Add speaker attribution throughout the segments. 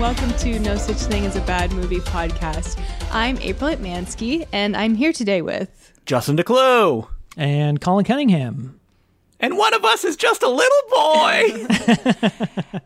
Speaker 1: welcome to No Such Thing as a Bad Movie podcast. I'm April Mansky, and I'm here today with.
Speaker 2: Justin DeClue.
Speaker 3: and Colin Cunningham.
Speaker 2: And one of us is just a little boy.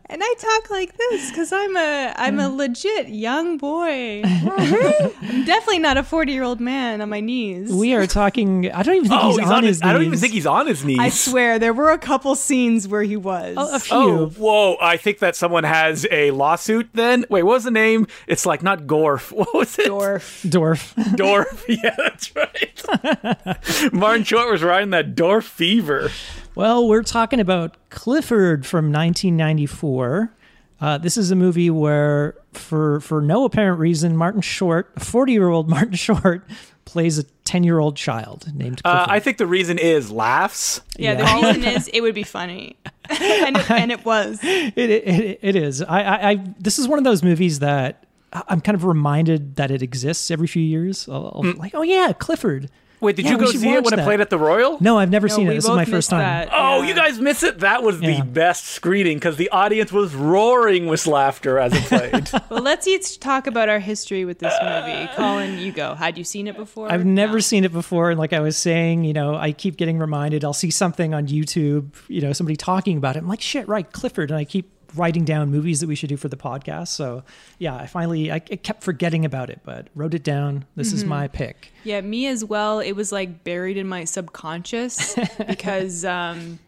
Speaker 1: And I talk like this because I'm a I'm a legit young boy. I'm definitely not a 40 year old man on my knees.
Speaker 3: We are talking. I don't even think
Speaker 2: oh,
Speaker 3: he's, on, his.
Speaker 2: I don't even
Speaker 3: knees.
Speaker 2: think he's on his knees.
Speaker 1: I swear there were a couple scenes where he was.
Speaker 3: A, a few.
Speaker 2: Oh, whoa. I think that someone has a lawsuit then. Wait, what was the name? It's like not Gorf. What was it?
Speaker 1: Dorf.
Speaker 3: Dwarf.
Speaker 2: Dorf. Yeah, that's right. Martin Short was riding that Dorf fever.
Speaker 3: Well, we're talking about Clifford from 1994. Uh, this is a movie where, for for no apparent reason, Martin Short, a 40 year old Martin Short, plays a 10 year old child named
Speaker 2: Uh,
Speaker 3: Clifford.
Speaker 2: I think the reason is laughs.
Speaker 1: Yeah, the reason is it would be funny, and it, and it was.
Speaker 3: it, it, it, it is. I, I, I this is one of those movies that I- I'm kind of reminded that it exists every few years. I'll, I'll- Like, oh yeah, Clifford.
Speaker 2: Mm. Wait, did
Speaker 3: Yeah,
Speaker 2: you
Speaker 3: we
Speaker 2: go
Speaker 3: should
Speaker 2: see it
Speaker 3: watch
Speaker 2: when it
Speaker 3: that.
Speaker 2: played at the Royal?
Speaker 3: No, I've never seen
Speaker 1: No,
Speaker 3: it.
Speaker 1: we
Speaker 3: This is
Speaker 1: both
Speaker 3: my first
Speaker 1: missed
Speaker 3: time.
Speaker 1: that,
Speaker 2: Oh,
Speaker 1: yeah.
Speaker 2: you guys miss it? That was
Speaker 3: Yeah.
Speaker 2: the best screening because the audience was roaring with laughter as it played.
Speaker 1: Well, let's each talk about our history with this movie. Colin, you go. Had you seen it before?
Speaker 3: I've never seen it before. And like I was saying, you know, I keep getting reminded. I'll see something on YouTube, you know, somebody talking about it. I'm like, shit, right, Clifford. And I keep writing down movies that we should do for the podcast. So yeah, I finally, I, I kept forgetting about it, but wrote it down. This
Speaker 1: Mm-hmm.
Speaker 3: is my pick.
Speaker 1: Yeah, me as well. It was like buried in my subconscious because um,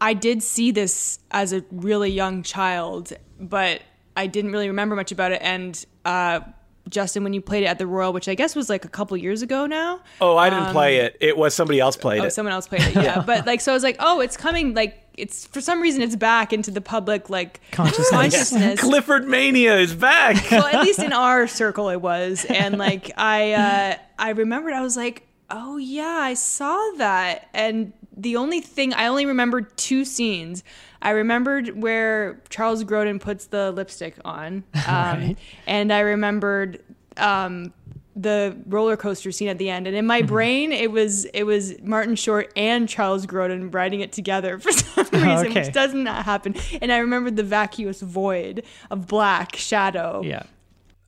Speaker 1: I did see this as a really young child, but I didn't really remember much about it. And uh, Justin, when you played it at the Royal, which I guess was like a couple years ago now,
Speaker 2: Oh, I didn't play it. It was somebody else played
Speaker 1: oh,
Speaker 2: it.
Speaker 1: someone else played it. Yeah, but like, so I was like, oh, it's coming. Like, it's for some reason it's back into the public like
Speaker 3: Consciousness.
Speaker 1: consciousness.
Speaker 2: Clifford Mania is back.
Speaker 1: well, at least in our circle it was. And like I uh I remembered I was like, "Oh yeah, I saw that." And the only thing I only remembered two scenes. I remembered where Charles Grodin puts the lipstick on. Um and I remembered um the roller coaster scene at the end and in my brain it was it was Martin Short and Charles Grodin riding it together for some reason
Speaker 3: okay.
Speaker 1: which does not happen and I remembered the vacuous void of black shadow
Speaker 3: Yeah.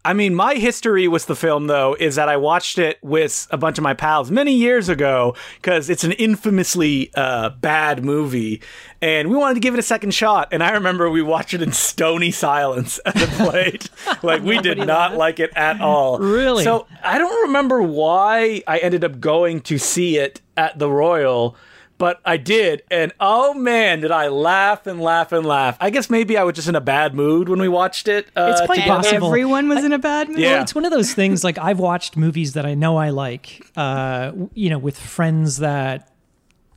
Speaker 2: I mean, my history with the film, though, is that I watched it with a bunch of my pals many years ago because it's an infamously uh, bad movie. And we wanted to give it a second shot. And I remember we watched it in stony silence as it played. like, we did not like it at all.
Speaker 3: Really?
Speaker 2: So I don't remember why I ended up going to see it at the Royal. But I did, and oh man, did I laugh and laugh and laugh. I guess maybe I was just in a bad mood when we watched it. Uh,
Speaker 3: It's quite
Speaker 2: together.
Speaker 1: And
Speaker 3: possible.
Speaker 1: everyone was in a bad mood.
Speaker 2: Yeah.
Speaker 3: Well, it's one of those things like I've watched movies that I know I like, uh, w- you know, with friends that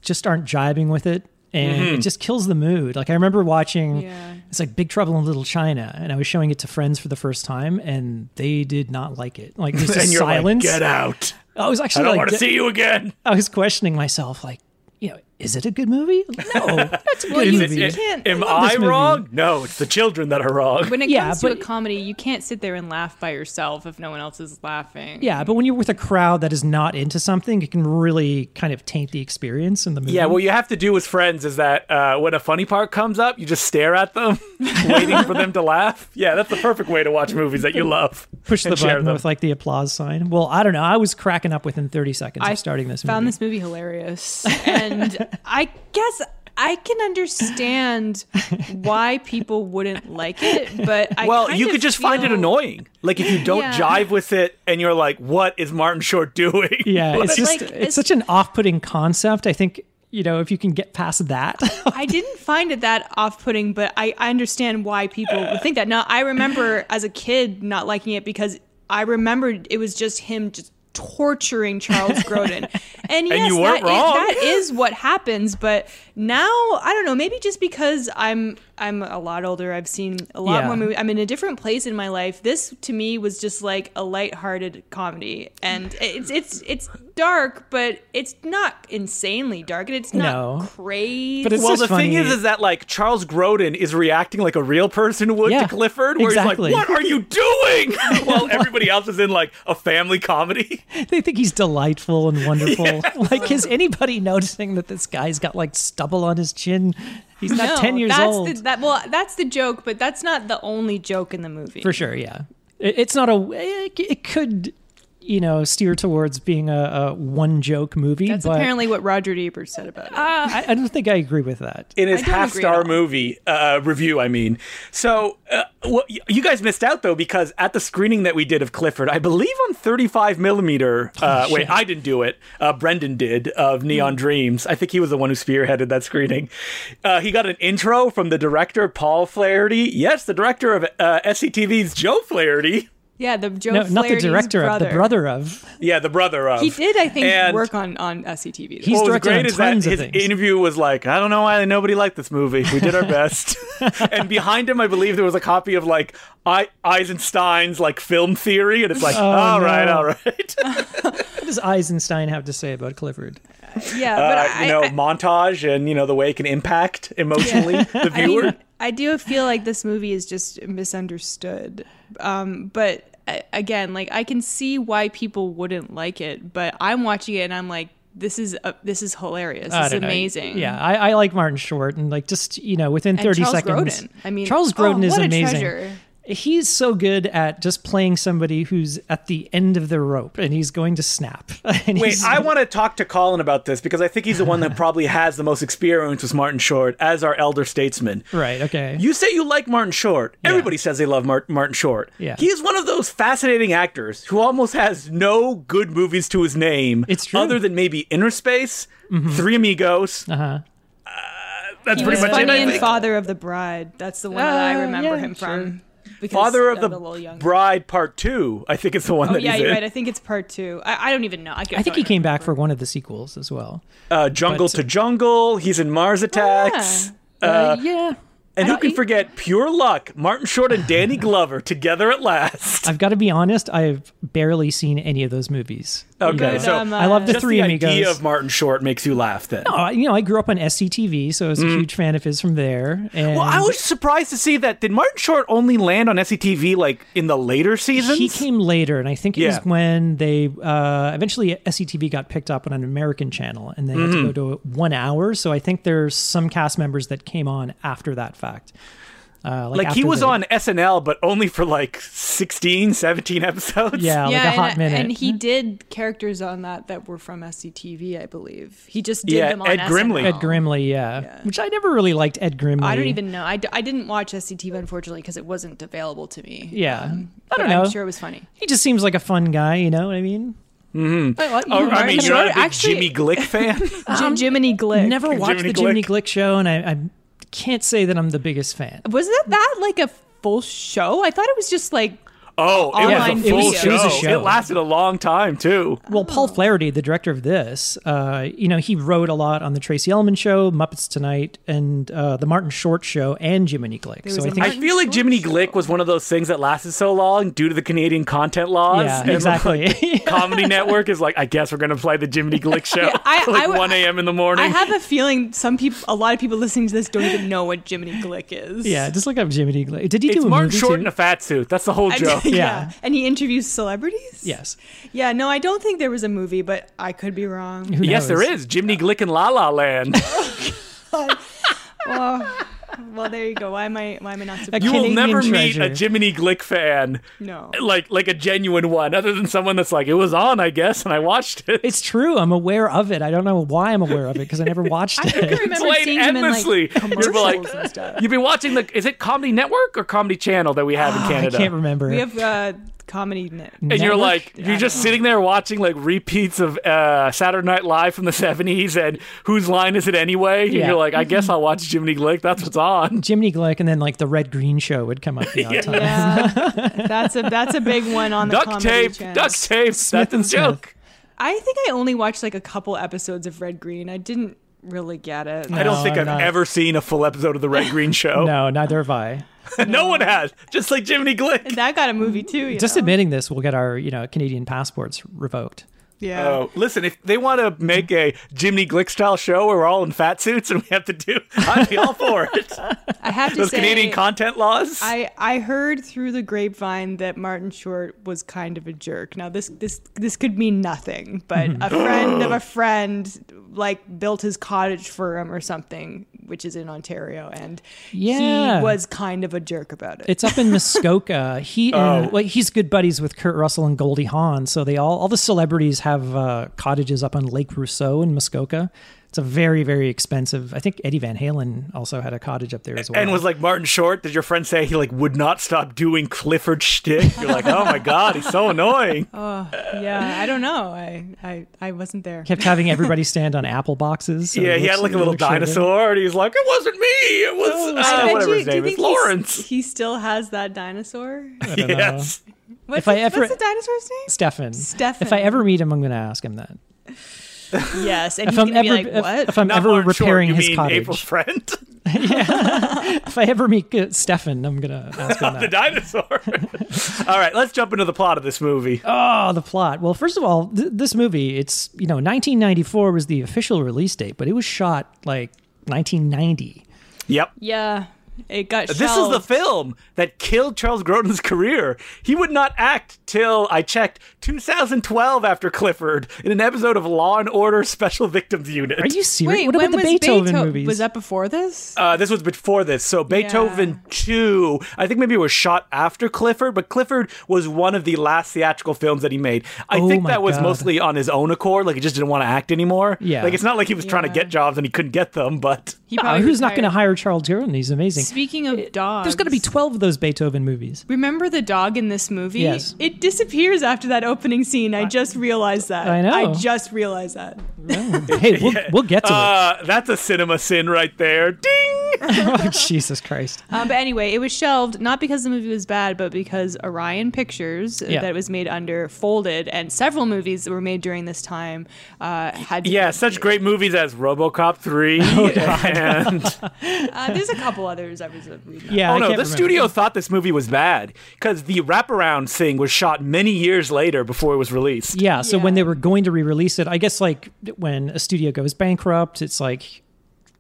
Speaker 3: just aren't jiving with it. And
Speaker 2: Mm-hmm.
Speaker 3: it just kills the mood. Like I remember watching,
Speaker 1: Yeah.
Speaker 3: it's like Big Trouble in Little China, and I was showing it to friends for the first time, and they did not like it. Like there's
Speaker 2: and
Speaker 3: just
Speaker 2: you're
Speaker 3: silence.
Speaker 2: like, get out.
Speaker 3: I was
Speaker 2: I
Speaker 3: actually
Speaker 2: don't
Speaker 3: like,
Speaker 2: want to
Speaker 3: d-
Speaker 2: see you again.
Speaker 3: I was questioning myself, like, you know, is it a good movie? No, that's a good
Speaker 1: you-
Speaker 3: movie.
Speaker 1: it- can't-
Speaker 2: am
Speaker 1: I
Speaker 3: love
Speaker 2: I
Speaker 3: this movie.
Speaker 2: wrong? No, it's the children that are wrong.
Speaker 1: When it
Speaker 3: Yeah,
Speaker 1: comes to
Speaker 3: but-
Speaker 1: a comedy, you can't sit there and laugh by yourself if no one else is laughing.
Speaker 3: yeah, but when you're with a crowd that is not into something, it can really kind of taint the experience in the movie.
Speaker 2: Yeah, what you have to do with friends is that uh, when a funny part comes up, you just stare at them, waiting for them to laugh. Yeah, that's the perfect way to watch movies that you love.
Speaker 3: push the
Speaker 2: and share
Speaker 3: button
Speaker 2: them.
Speaker 3: with like the applause sign. Well, I don't know. I was cracking up within 30 seconds of starting this
Speaker 1: found
Speaker 3: movie.
Speaker 1: this movie hilarious, and I guess I can understand why people wouldn't like it. But I
Speaker 2: Well,
Speaker 1: kind
Speaker 2: you
Speaker 1: of
Speaker 2: could just find it
Speaker 1: feel-
Speaker 2: annoying. Like if you don't
Speaker 1: Yeah.
Speaker 2: jive with it, and you're like, "What is Martin Short doing?"
Speaker 3: yeah, it's just
Speaker 1: like,
Speaker 3: it's,
Speaker 1: it's-
Speaker 3: such an off-putting concept. I think you know if you can get past that.
Speaker 1: I didn't find it that off-putting, but I, I understand why people would think that. Now, I remember as a kid not liking it because I remembered it was just him just torturing Charles Grodin. And yes,
Speaker 2: you
Speaker 1: that, is,
Speaker 2: weren't wrong.
Speaker 1: that is what happens, but now I don't know, maybe just because I'm I'm a lot older, I've seen a lot
Speaker 3: Yeah.
Speaker 1: more movies. I'm in a different place in my life. This to me was just like a lighthearted comedy. And it's it's it's dark, but it's not insanely dark, and it's not
Speaker 3: No.
Speaker 1: crazy.
Speaker 3: But it's
Speaker 2: well,
Speaker 3: just
Speaker 2: the thing
Speaker 3: funny.
Speaker 2: is, is that like Charles Grodin is reacting like a real person would
Speaker 3: Yeah,
Speaker 2: to Clifford, where
Speaker 3: exactly.
Speaker 2: he's like, "What are you doing?" While everybody else is in like a family comedy.
Speaker 3: They think he's delightful and wonderful. Like, is anybody noticing that this guy's got like stubble on his chin? He's not
Speaker 1: No,
Speaker 3: ten years
Speaker 1: that's
Speaker 3: old.
Speaker 1: The, that well, that's the joke, but that's not the only joke in the movie.
Speaker 3: for sure yeah it, it's not a it, it could you know steer towards being a, a one joke movie
Speaker 1: That's
Speaker 3: but
Speaker 1: apparently what Roger Ebert said about it.
Speaker 3: I, I don't think i agree with that
Speaker 2: in his
Speaker 1: I don't
Speaker 2: half
Speaker 1: agree at all.
Speaker 2: star movie uh, review. I mean, so uh, well, y- you guys missed out though because at the screening that we did of Clifford, I believe on 35 millimeter.
Speaker 1: Oh,
Speaker 2: Uh, wait, I didn't do it. Uh, Brendan did of Neon
Speaker 1: Hmm.
Speaker 2: Dreams. I think he was the one who spearheaded that screening. Uh, he got an intro from the director Paul Flaherty. Yes, the director of uh, SCTV's Joe Flaherty.
Speaker 1: yeah, the Joe
Speaker 3: no, not the
Speaker 1: Flaherty's
Speaker 3: director
Speaker 1: brother.
Speaker 3: of the brother of
Speaker 2: Yeah, the brother of.
Speaker 1: He did, I think,
Speaker 2: And-
Speaker 1: work on on E SCTV.
Speaker 3: He's-
Speaker 2: what was
Speaker 3: directed
Speaker 2: great
Speaker 3: on
Speaker 2: is that
Speaker 3: tons of
Speaker 2: his
Speaker 3: things.
Speaker 2: interview was like, I don't know why nobody liked this movie. We did our best. and behind him, I believe there was a copy of like I- Eisenstein's like film theory, and it's like, all right,
Speaker 3: Oh, no.
Speaker 2: all right.
Speaker 3: what does eisenstein have to say about clifford
Speaker 1: yeah, but
Speaker 2: Uh,
Speaker 1: I,
Speaker 2: you know,
Speaker 1: I,
Speaker 2: montage and you know the way it can impact emotionally the
Speaker 1: I
Speaker 2: viewer.
Speaker 1: mean, I do feel like this movie is just misunderstood. Um, but I, again, like I can see why people wouldn't like it, but I'm watching it and I'm like, this is uh, this is hilarious.
Speaker 3: I
Speaker 1: This is
Speaker 3: don't know.
Speaker 1: amazing.
Speaker 3: yeah I, I like martin short and like just you know within
Speaker 1: And
Speaker 3: 30
Speaker 1: Charles
Speaker 3: seconds
Speaker 1: Grodin. I mean,
Speaker 3: charles grodin
Speaker 1: oh,
Speaker 3: is
Speaker 1: what a
Speaker 3: amazing
Speaker 1: treasure.
Speaker 3: He's so good at just playing somebody who's at the end of the rope and he's going to snap. And
Speaker 2: Wait,
Speaker 3: he's-
Speaker 2: I want to talk to Colin about this because I think he's the one that probably has the most experience with Martin Short as our elder statesman.
Speaker 3: right, okay.
Speaker 2: You say you like Martin Short. Everybody says they love Mar- Martin Short.
Speaker 3: Yeah.
Speaker 2: He is one of those fascinating actors who almost has no good movies to his name.
Speaker 3: It's true. Mm-hmm.
Speaker 2: Other than maybe Inner Space, Three Amigos. Uh-huh. that's
Speaker 1: He was
Speaker 2: pretty much it.
Speaker 1: funny
Speaker 2: I
Speaker 1: in
Speaker 2: think.
Speaker 1: Father of the Bride. That's the one that
Speaker 3: Uh,
Speaker 1: I remember
Speaker 3: yeah,
Speaker 1: him from. because
Speaker 2: Father of
Speaker 1: I'm a
Speaker 2: the
Speaker 1: little younger.
Speaker 2: Bride Part Two. I think it's the one
Speaker 1: Oh
Speaker 2: that
Speaker 1: yeah,
Speaker 2: he's
Speaker 1: you're
Speaker 2: in.
Speaker 1: right. I think it's part two. I, I don't even know. I,
Speaker 3: I think he came back for one of the sequels as well.
Speaker 2: Uh, Jungle
Speaker 3: But-
Speaker 2: to Jungle. He's in
Speaker 1: Ah,
Speaker 2: Mars Attacks.
Speaker 3: Uh, yeah.
Speaker 2: And
Speaker 3: I
Speaker 2: who
Speaker 3: don't-
Speaker 1: e-
Speaker 2: can forget Pure Luck? Martin Short and Danny Glover together at last.
Speaker 3: I've got to be honest, I've barely seen any of those movies.
Speaker 2: Okay,
Speaker 1: Good,
Speaker 2: so
Speaker 1: um,
Speaker 3: I love the
Speaker 2: just
Speaker 3: Three
Speaker 2: the
Speaker 3: Amigos.
Speaker 2: idea of Martin Short makes you laugh. Then
Speaker 3: Oh, you know, I grew up on SCTV, so I was a huge fan of his from there. And
Speaker 2: Mm. Well, I was surprised to see that. Did Martin Short only land on SCTV like in the later seasons?
Speaker 3: He came later, and I think it
Speaker 2: Yeah.
Speaker 3: was when they uh, eventually SCTV got picked up on an American channel, and they had to go
Speaker 2: Mm-hmm.
Speaker 3: to one hour. So I think there's some cast members that came on after that fact. Uh,
Speaker 2: like he
Speaker 3: after
Speaker 2: was
Speaker 3: they-
Speaker 2: on SNL, but only for like 16, 17 episodes.
Speaker 3: yeah, like a hot
Speaker 1: and,
Speaker 3: minute.
Speaker 1: and he did characters on that that were from SCTV, I believe. He just did
Speaker 2: Yeah,
Speaker 1: them on
Speaker 2: Ed
Speaker 1: SNL.
Speaker 2: Grimley.
Speaker 3: Ed Grimley, yeah. which I never really liked. Ed Grimley,
Speaker 1: I don't even know. I, d- I didn't watch SCTV unfortunately because it wasn't available to me.
Speaker 3: Yeah, I
Speaker 1: But
Speaker 3: don't know.
Speaker 1: I'm sure it was funny.
Speaker 2: Oh,
Speaker 3: He just seems like a fun guy, you know what I mean? Mm-hmm.
Speaker 2: Or, I
Speaker 1: Martin
Speaker 2: mean, you're not a big
Speaker 1: Short actually-
Speaker 2: Jimmy Glick fan.
Speaker 1: Jim, Jiminy Glick.
Speaker 3: never watched
Speaker 2: Jiminy
Speaker 3: the Jimmy Glick show, and I, I can't say that I'm the biggest fan.
Speaker 1: was that that like a full show? I thought it was just like
Speaker 2: oh, it
Speaker 1: Online
Speaker 2: was a full
Speaker 1: video.
Speaker 2: show.
Speaker 1: It was
Speaker 3: a show.
Speaker 2: It lasted a long time too.
Speaker 3: Well, Paul Flaherty, the director of this, uh, you know, he wrote a lot on the Tracy Ullman show, Muppets Tonight, and uh, the Martin Short show, and Jiminy Glick.
Speaker 1: There
Speaker 3: So
Speaker 1: was
Speaker 3: I
Speaker 1: a
Speaker 3: think
Speaker 2: I
Speaker 1: Martin
Speaker 2: feel like
Speaker 1: Short
Speaker 2: Jiminy
Speaker 1: show.
Speaker 2: Glick was one of those things that lasted so long due to the Canadian content laws.
Speaker 3: Yeah,
Speaker 2: And, like,
Speaker 3: exactly.
Speaker 2: Comedy Network is like, I guess we're gonna play the Jiminy Glick show
Speaker 1: I-
Speaker 2: at
Speaker 1: I
Speaker 2: like
Speaker 1: w-
Speaker 2: 1 a.m. in the morning.
Speaker 1: I have a feeling some people, a lot of people listening to this, don't even know what Jiminy Glick is.
Speaker 3: yeah, just look up Jiminy Glick. Did he
Speaker 2: it's
Speaker 3: do a
Speaker 2: Martin
Speaker 3: movie
Speaker 2: Short
Speaker 3: too?
Speaker 2: in a fat suit. That's the whole
Speaker 1: I-
Speaker 2: joke.
Speaker 1: yeah.
Speaker 3: Yeah.
Speaker 1: And he interviews celebrities?
Speaker 3: Yes.
Speaker 1: Yeah, no, I don't think there was a movie, but I could be wrong.
Speaker 3: Who
Speaker 2: Yes, there
Speaker 3: knows?
Speaker 2: is Jiminy Glick and La La Land.
Speaker 1: oh, well, there you go. Why am I, why am I not surprised?
Speaker 2: You will
Speaker 3: Canadian
Speaker 2: never meet a
Speaker 3: treasure.
Speaker 2: Jiminy Glick fan,
Speaker 1: No.
Speaker 2: like like a genuine one, other than someone that's like, it was on, I guess, and I watched it.
Speaker 3: It's true. I'm aware of it. I don't know why I'm aware of it because I never watched
Speaker 1: I think I
Speaker 3: it.
Speaker 1: remember
Speaker 2: played
Speaker 1: seeing him in
Speaker 2: endlessly.
Speaker 1: like
Speaker 2: You'd be
Speaker 1: commercials
Speaker 2: like-
Speaker 1: and stuff.
Speaker 2: You've been watching the is it Comedy Network or Comedy Channel that we have in
Speaker 3: Ah, I
Speaker 2: Canada?
Speaker 3: can't remember.
Speaker 1: We have uh, comedy net.
Speaker 2: And you're
Speaker 3: Network?
Speaker 2: like, you're just sitting there watching like repeats of uh, Saturday Night Live from the '70s, and whose line is it anyway? And
Speaker 3: Yeah. Mm-hmm.
Speaker 2: you're like, I guess I'll watch Jiminy Glick. That's what's on.
Speaker 3: Jiminy Glick, and then like the Red Green show would come up. The odd time.
Speaker 1: Yeah, that's a that's a big one on the
Speaker 2: Duct
Speaker 1: comedy
Speaker 2: tape,
Speaker 1: channel.
Speaker 2: duct tape.
Speaker 3: Smith and
Speaker 2: that's a
Speaker 3: Smith.
Speaker 2: joke.
Speaker 1: I think I only watched like a couple episodes of Red Green. I didn't really get it.
Speaker 2: I don't
Speaker 3: No,
Speaker 2: think
Speaker 3: I'm
Speaker 2: I've
Speaker 3: not.
Speaker 2: ever seen a full episode of the Red Green Show.
Speaker 3: No, neither have I.
Speaker 2: no one has. Just like Jiminy Glick.
Speaker 1: And that got a movie too. You
Speaker 3: Just
Speaker 1: know?
Speaker 3: admitting this, we'll get our you know Canadian passports revoked.
Speaker 1: Yeah.
Speaker 2: Oh, listen, if they want to make a Jimmy Glick style show where we're all in fat suits and we have to do, I'd be all for it.
Speaker 1: I have to
Speaker 2: Those
Speaker 1: say,
Speaker 2: Canadian content laws.
Speaker 1: I, I heard through the grapevine that Martin Short was kind of a jerk. Now this this this could mean nothing, but a friend of a friend like built his cottage for him or something, which is in Ontario, and
Speaker 3: Yeah.
Speaker 1: he was kind of a jerk about it.
Speaker 3: It's up in Muskoka. He
Speaker 2: Oh.
Speaker 3: and, well, he's good buddies with Kurt Russell and Goldie Hawn, so they all all the celebrities have uh, cottages up on Lake Rousseau in Muskoka. It's a very very expensive. I think Eddie Van Halen also had a cottage up there as well.
Speaker 2: and was like Martin Short. Did your friend say he like would not stop doing Clifford shtick? You're like, oh my god, he's so annoying.
Speaker 1: Oh. yeah, I don't know. I I, I wasn't there.
Speaker 3: kept having everybody stand on apple boxes. so
Speaker 2: yeah,
Speaker 3: it
Speaker 2: he had
Speaker 3: looks-
Speaker 2: like a
Speaker 3: it
Speaker 2: little
Speaker 3: looks really good.
Speaker 2: dinosaur, and he's like, it wasn't me. It was
Speaker 1: Oh, I
Speaker 2: uh,
Speaker 1: bet
Speaker 2: whatever
Speaker 1: you-
Speaker 2: his
Speaker 1: do you
Speaker 2: name is,
Speaker 1: think he's-
Speaker 2: Lawrence.
Speaker 1: He still has that dinosaur.
Speaker 3: don't know.
Speaker 2: Yes.
Speaker 1: What's,
Speaker 3: I
Speaker 1: the-
Speaker 3: ever-
Speaker 1: what's the dinosaur's name?
Speaker 3: Stefan.
Speaker 1: Stefan.
Speaker 3: If I ever meet him, I'm going to ask him that.
Speaker 1: Yes, and
Speaker 3: If
Speaker 1: he's
Speaker 3: I'm
Speaker 1: gonna
Speaker 3: ever
Speaker 1: be
Speaker 3: if,
Speaker 1: like, "What?"
Speaker 3: if I'm
Speaker 2: Not
Speaker 3: ever
Speaker 2: Martin Short,
Speaker 3: repairing
Speaker 2: you
Speaker 3: his
Speaker 2: mean
Speaker 3: cottage,
Speaker 2: April Friend,
Speaker 3: if I ever meet uh, Stefan, I'm going to ask him
Speaker 2: the
Speaker 3: that.
Speaker 2: dinosaur. all right, let's jump into the plot of this movie.
Speaker 3: Oh, the plot. Well, first of all, th- this movie, it's, you know, 1994 was the official release date, but it was shot like 1990.
Speaker 2: Yep.
Speaker 1: yeah, it got.
Speaker 2: This is the film that killed Charles Grodin's career. He would not act till I checked 2012 after Clifford in an episode of Law and Order Special Victims Unit.
Speaker 3: Are you serious?
Speaker 1: Wait,
Speaker 3: what
Speaker 1: when
Speaker 3: about the
Speaker 1: was
Speaker 3: Beethoven,
Speaker 1: Beetho-
Speaker 3: movies?
Speaker 1: Was that before this?
Speaker 2: uh, this was before this, so Beethoven 2, I think maybe it was shot after Clifford, but Clifford was one of the last theatrical films that he made. I
Speaker 3: Oh
Speaker 2: think
Speaker 3: my
Speaker 2: that was
Speaker 3: God.
Speaker 2: mostly on his own accord, like he just didn't want to act anymore.
Speaker 3: Yeah.
Speaker 2: Like it's not like he was trying to
Speaker 1: Yeah.
Speaker 2: get jobs and he couldn't get them, but
Speaker 1: He
Speaker 3: Yeah,
Speaker 1: probably
Speaker 3: Ah, Uh, who's not going to
Speaker 1: retired.
Speaker 3: hire Charles Grodin? He's amazing.
Speaker 1: Speaking of dogs,
Speaker 3: There's going to be 12 of those Beethoven movies.
Speaker 1: Remember the dog in this movie?
Speaker 3: Yes.
Speaker 1: It disappears after that opening scene. I just realized that.
Speaker 3: I know.
Speaker 1: I just realized that.
Speaker 3: hey, we'll, we'll get to
Speaker 2: uh, that's a cinema sin right there. Ding!
Speaker 3: it. Oh, Jesus Christ.
Speaker 1: Um, but anyway, it was shelved not because the movie was bad, but because Orion Pictures, uh,
Speaker 3: Yeah.
Speaker 1: that it was made under, folded, and several movies that were made during this time uh, had.
Speaker 2: Yeah, such great movies as RoboCop 3 and
Speaker 1: Uh, there's a couple others I was uh, reading.
Speaker 3: Yeah.
Speaker 2: Oh
Speaker 3: I
Speaker 2: no, the
Speaker 3: can't remember.
Speaker 2: studio thought this movie was bad cuz the wraparound thing was shot many years later before it was released.
Speaker 3: Yeah. So when
Speaker 1: Yeah.
Speaker 3: they were going to re-release it, I guess like when a studio goes bankrupt, it's like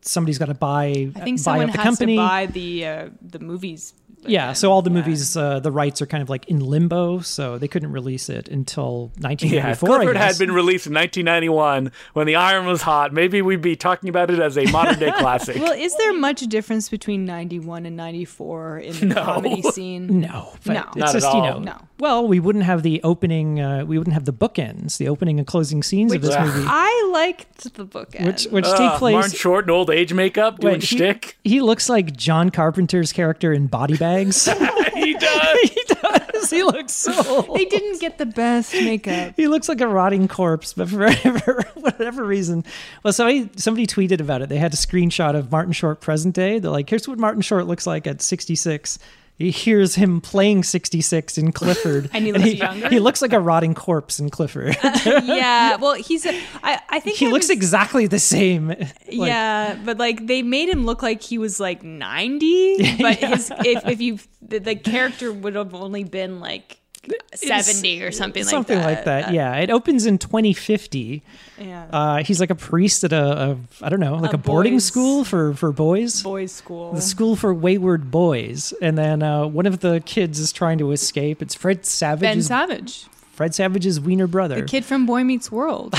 Speaker 3: somebody's got to buy.
Speaker 1: I think
Speaker 3: buy
Speaker 1: someone
Speaker 3: up the
Speaker 1: has
Speaker 3: company.
Speaker 1: to buy the uh, the movies.
Speaker 3: yeah.
Speaker 1: again.
Speaker 3: So all the
Speaker 1: Yeah.
Speaker 3: movies, uh, the rights are kind of like in limbo, so they couldn't release it until
Speaker 2: Yeah, if
Speaker 3: 1984. I
Speaker 2: Clifford had
Speaker 3: guess.
Speaker 2: been released in 1991 when the iron was hot, maybe we'd be talking about it as a modern day classic.
Speaker 1: Well, is there much difference between 91 and 94 in the comedy scene?
Speaker 3: No, but
Speaker 1: No.
Speaker 3: it's
Speaker 1: Not
Speaker 2: at
Speaker 3: just
Speaker 2: all.
Speaker 3: you know.
Speaker 1: No.
Speaker 3: Well, we wouldn't have the opening. Uh, we wouldn't have the bookends, the opening and closing scenes of this
Speaker 2: Which-
Speaker 3: movie,
Speaker 1: I liked the bookend.
Speaker 3: which which take
Speaker 2: Ugh,
Speaker 3: place.
Speaker 2: Martin Short in old age makeup doing
Speaker 3: Wait, he-
Speaker 2: shtick.
Speaker 3: he looks like John Carpenter's character in Body Bags.
Speaker 2: He does.
Speaker 3: he does. He looks so.
Speaker 1: they didn't get the best makeup.
Speaker 3: He looks like a rotting corpse, but for whatever, whatever reason. Well, somebody somebody tweeted about it. They had a screenshot of Martin Short present day. They're like, here's what Martin Short looks like at 66. He hears him playing 66 in Clifford.
Speaker 1: And he
Speaker 3: and
Speaker 1: looks
Speaker 3: he,
Speaker 1: younger?
Speaker 3: he looks like a rotting corpse in Clifford.
Speaker 1: yeah. Well, he's. A, I, I think
Speaker 3: he
Speaker 1: I
Speaker 3: looks
Speaker 1: was-
Speaker 3: exactly the same. Like,
Speaker 1: yeah, but like they made him look like he was like 90. But his if if you the, the character would have only been like 70 or something,
Speaker 3: Something
Speaker 1: like that.
Speaker 3: like that. Yeah. It opens in 2050.
Speaker 1: Yeah.
Speaker 3: Uh, he's like a priest at a, a I don't know, like a,
Speaker 1: A
Speaker 3: boarding
Speaker 1: boys-
Speaker 3: school for for boys.
Speaker 1: Boys' school.
Speaker 3: the school for wayward boys and then uh, one of the kids is trying to escape it's fred
Speaker 1: Ben
Speaker 3: savage's
Speaker 1: Savage,
Speaker 3: fred savage's wiener brother
Speaker 1: the kid from Boy Meets World.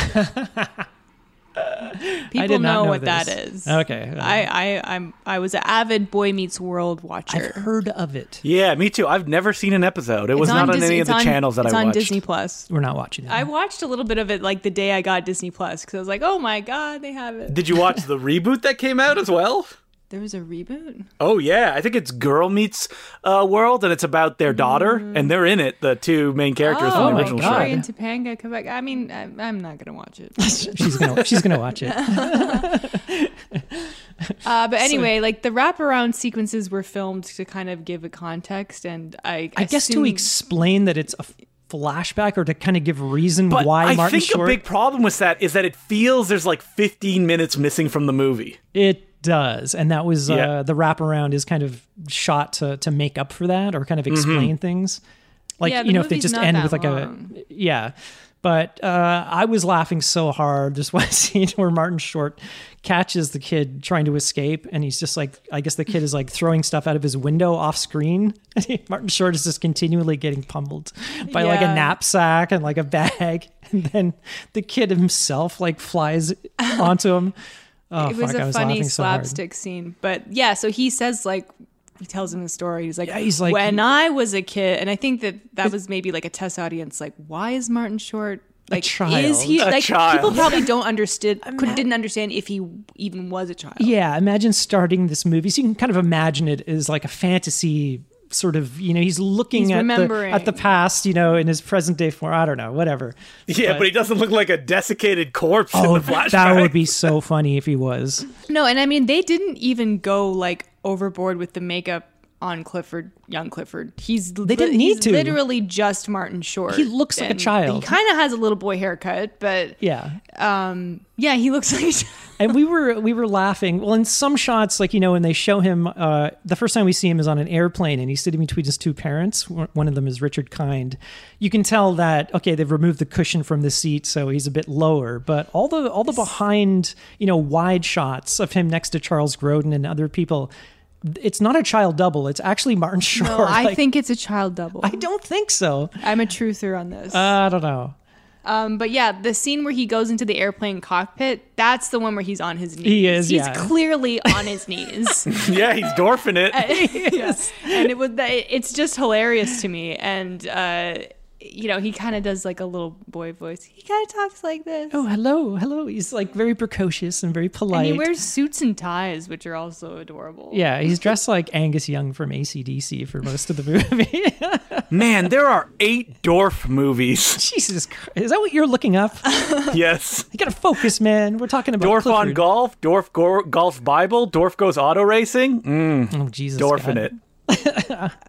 Speaker 1: People
Speaker 3: I did not
Speaker 1: know,
Speaker 3: know
Speaker 1: what that
Speaker 3: this.
Speaker 1: is.
Speaker 3: Okay.
Speaker 1: I, I I'm I was an avid Boy Meets World watcher.
Speaker 3: i've heard of it
Speaker 2: Yeah, me too. I've never seen an episode. It
Speaker 1: It's
Speaker 2: was not on
Speaker 1: Dis-
Speaker 2: any of
Speaker 1: it's
Speaker 2: the
Speaker 1: on-
Speaker 2: channels that
Speaker 1: it's
Speaker 2: I
Speaker 1: on
Speaker 2: watched.
Speaker 1: Disney Plus.
Speaker 3: we're not watching it
Speaker 1: I watched a little bit of it like the day I got Disney Plus because I was like, oh my god, they have it.
Speaker 2: Did you watch the reboot that came out as well?
Speaker 1: There was a reboot.
Speaker 2: Oh yeah, I think it's Girl Meets uh, World, and it's about their daughter, and they're in it. The two main
Speaker 1: oh
Speaker 2: characters from the
Speaker 1: my
Speaker 2: original
Speaker 1: god,
Speaker 3: show.
Speaker 1: Troy and Topanga come back. I mean, I, I'm not gonna watch it.
Speaker 3: she's gonna she's gonna watch it
Speaker 1: Uh, but anyway, like the wraparound sequences were filmed to kind of give a context, and I
Speaker 3: i guess to
Speaker 1: assume-
Speaker 3: explain that it's a f- flashback or to kind of give reason
Speaker 2: But
Speaker 3: why
Speaker 2: I
Speaker 3: martin
Speaker 2: think
Speaker 3: short
Speaker 2: a big problem with that is that it feels there's like 15 minutes missing from the movie.
Speaker 3: it does and that was
Speaker 2: Yeah.
Speaker 3: uh, the wraparound is kind of shot to to make up for that or kind of explain things like
Speaker 1: Yeah,
Speaker 3: you
Speaker 1: the
Speaker 3: know if they
Speaker 1: movie's
Speaker 3: just
Speaker 1: not
Speaker 3: end
Speaker 1: that
Speaker 3: with like
Speaker 1: long.
Speaker 3: a yeah But uh, I was laughing so hard. There's one scene where Martin Short catches the kid trying to escape, and he's just like, I guess the kid is like throwing stuff out of his window off screen. Martin Short is just continually getting pummeled by like a
Speaker 1: Yeah.
Speaker 3: knapsack and like a bag, and then the kid himself like flies onto him. Oh,
Speaker 1: it was
Speaker 3: fuck, I
Speaker 1: a
Speaker 3: was
Speaker 1: funny
Speaker 3: laughing so hard.
Speaker 1: slapstick scene. But yeah, so he says like he tells him the story. He's like,
Speaker 3: Yeah, he's like-
Speaker 1: when I was a kid, and I think that that was maybe like a test audience. Like, why is Martin Short? Like,
Speaker 3: child.
Speaker 1: is he
Speaker 2: A
Speaker 1: like
Speaker 2: child.
Speaker 1: people probably don't understood could, didn't understand if he even was a child.
Speaker 3: Yeah, imagine starting this movie. So you can kind of imagine it as like a fantasy sort of, you know, he's looking
Speaker 1: He's
Speaker 3: at the
Speaker 1: remembering.
Speaker 3: at the past, you know, in his present day form. I don't know, whatever.
Speaker 2: Yeah, but, he doesn't look like a desiccated corpse in the flashback.
Speaker 3: Oh, that would be so funny if he was.
Speaker 1: No, and I mean they didn't even go like overboard with the makeup on Clifford, young Clifford. He's they
Speaker 3: didn't need to.
Speaker 1: Literally just Martin Short.
Speaker 3: He looks like a
Speaker 1: And
Speaker 3: child.
Speaker 1: He kind of has a little boy haircut, but
Speaker 3: Yeah.
Speaker 1: um, yeah, he looks like. a child.
Speaker 3: and we were we were laughing. Well, in some shots, like you know, when they show him, uh, the first time we see him is on an airplane, and he's sitting between his two parents. One one of them is Richard Kind. You can tell that okay, they've removed the cushion from the seat, so he's a bit lower. But all the all the behind, you know, wide shots of him next to Charles Grodin and other people, it's not a child double. It's actually Martin Short.
Speaker 1: No, I
Speaker 3: Like,
Speaker 1: think it's a child double.
Speaker 3: I Uh, don't think so.
Speaker 1: I'm a truther on this.
Speaker 3: I don't know.
Speaker 1: um, but yeah, the scene where he goes into the airplane cockpit, that's the one where he's on his knees.
Speaker 3: He is,
Speaker 1: He's
Speaker 3: yeah.
Speaker 1: clearly on his knees.
Speaker 2: yeah, he's dwarfing it.
Speaker 1: yes. And it was it's just hilarious to me and uh you know, he kind of does like a little boy voice. He kind of talks like this.
Speaker 3: Oh, hello, hello. He's like very precocious and very polite.
Speaker 1: and he wears suits and ties, which are also adorable.
Speaker 3: Yeah, he's dressed like Angus Young from ACDC for most of the movie.
Speaker 2: Man, there are eight dwarf movies.
Speaker 3: Jesus Christ. Is that what you're looking up? You
Speaker 2: Yes.
Speaker 3: gotta focus, man. We're talking about
Speaker 2: Dwarf on
Speaker 3: Clifford.
Speaker 2: golf, dwarf go- golf Bible, dwarf goes auto racing, mm,
Speaker 3: Oh, Jesus.
Speaker 2: dwarf in
Speaker 3: God.
Speaker 2: it.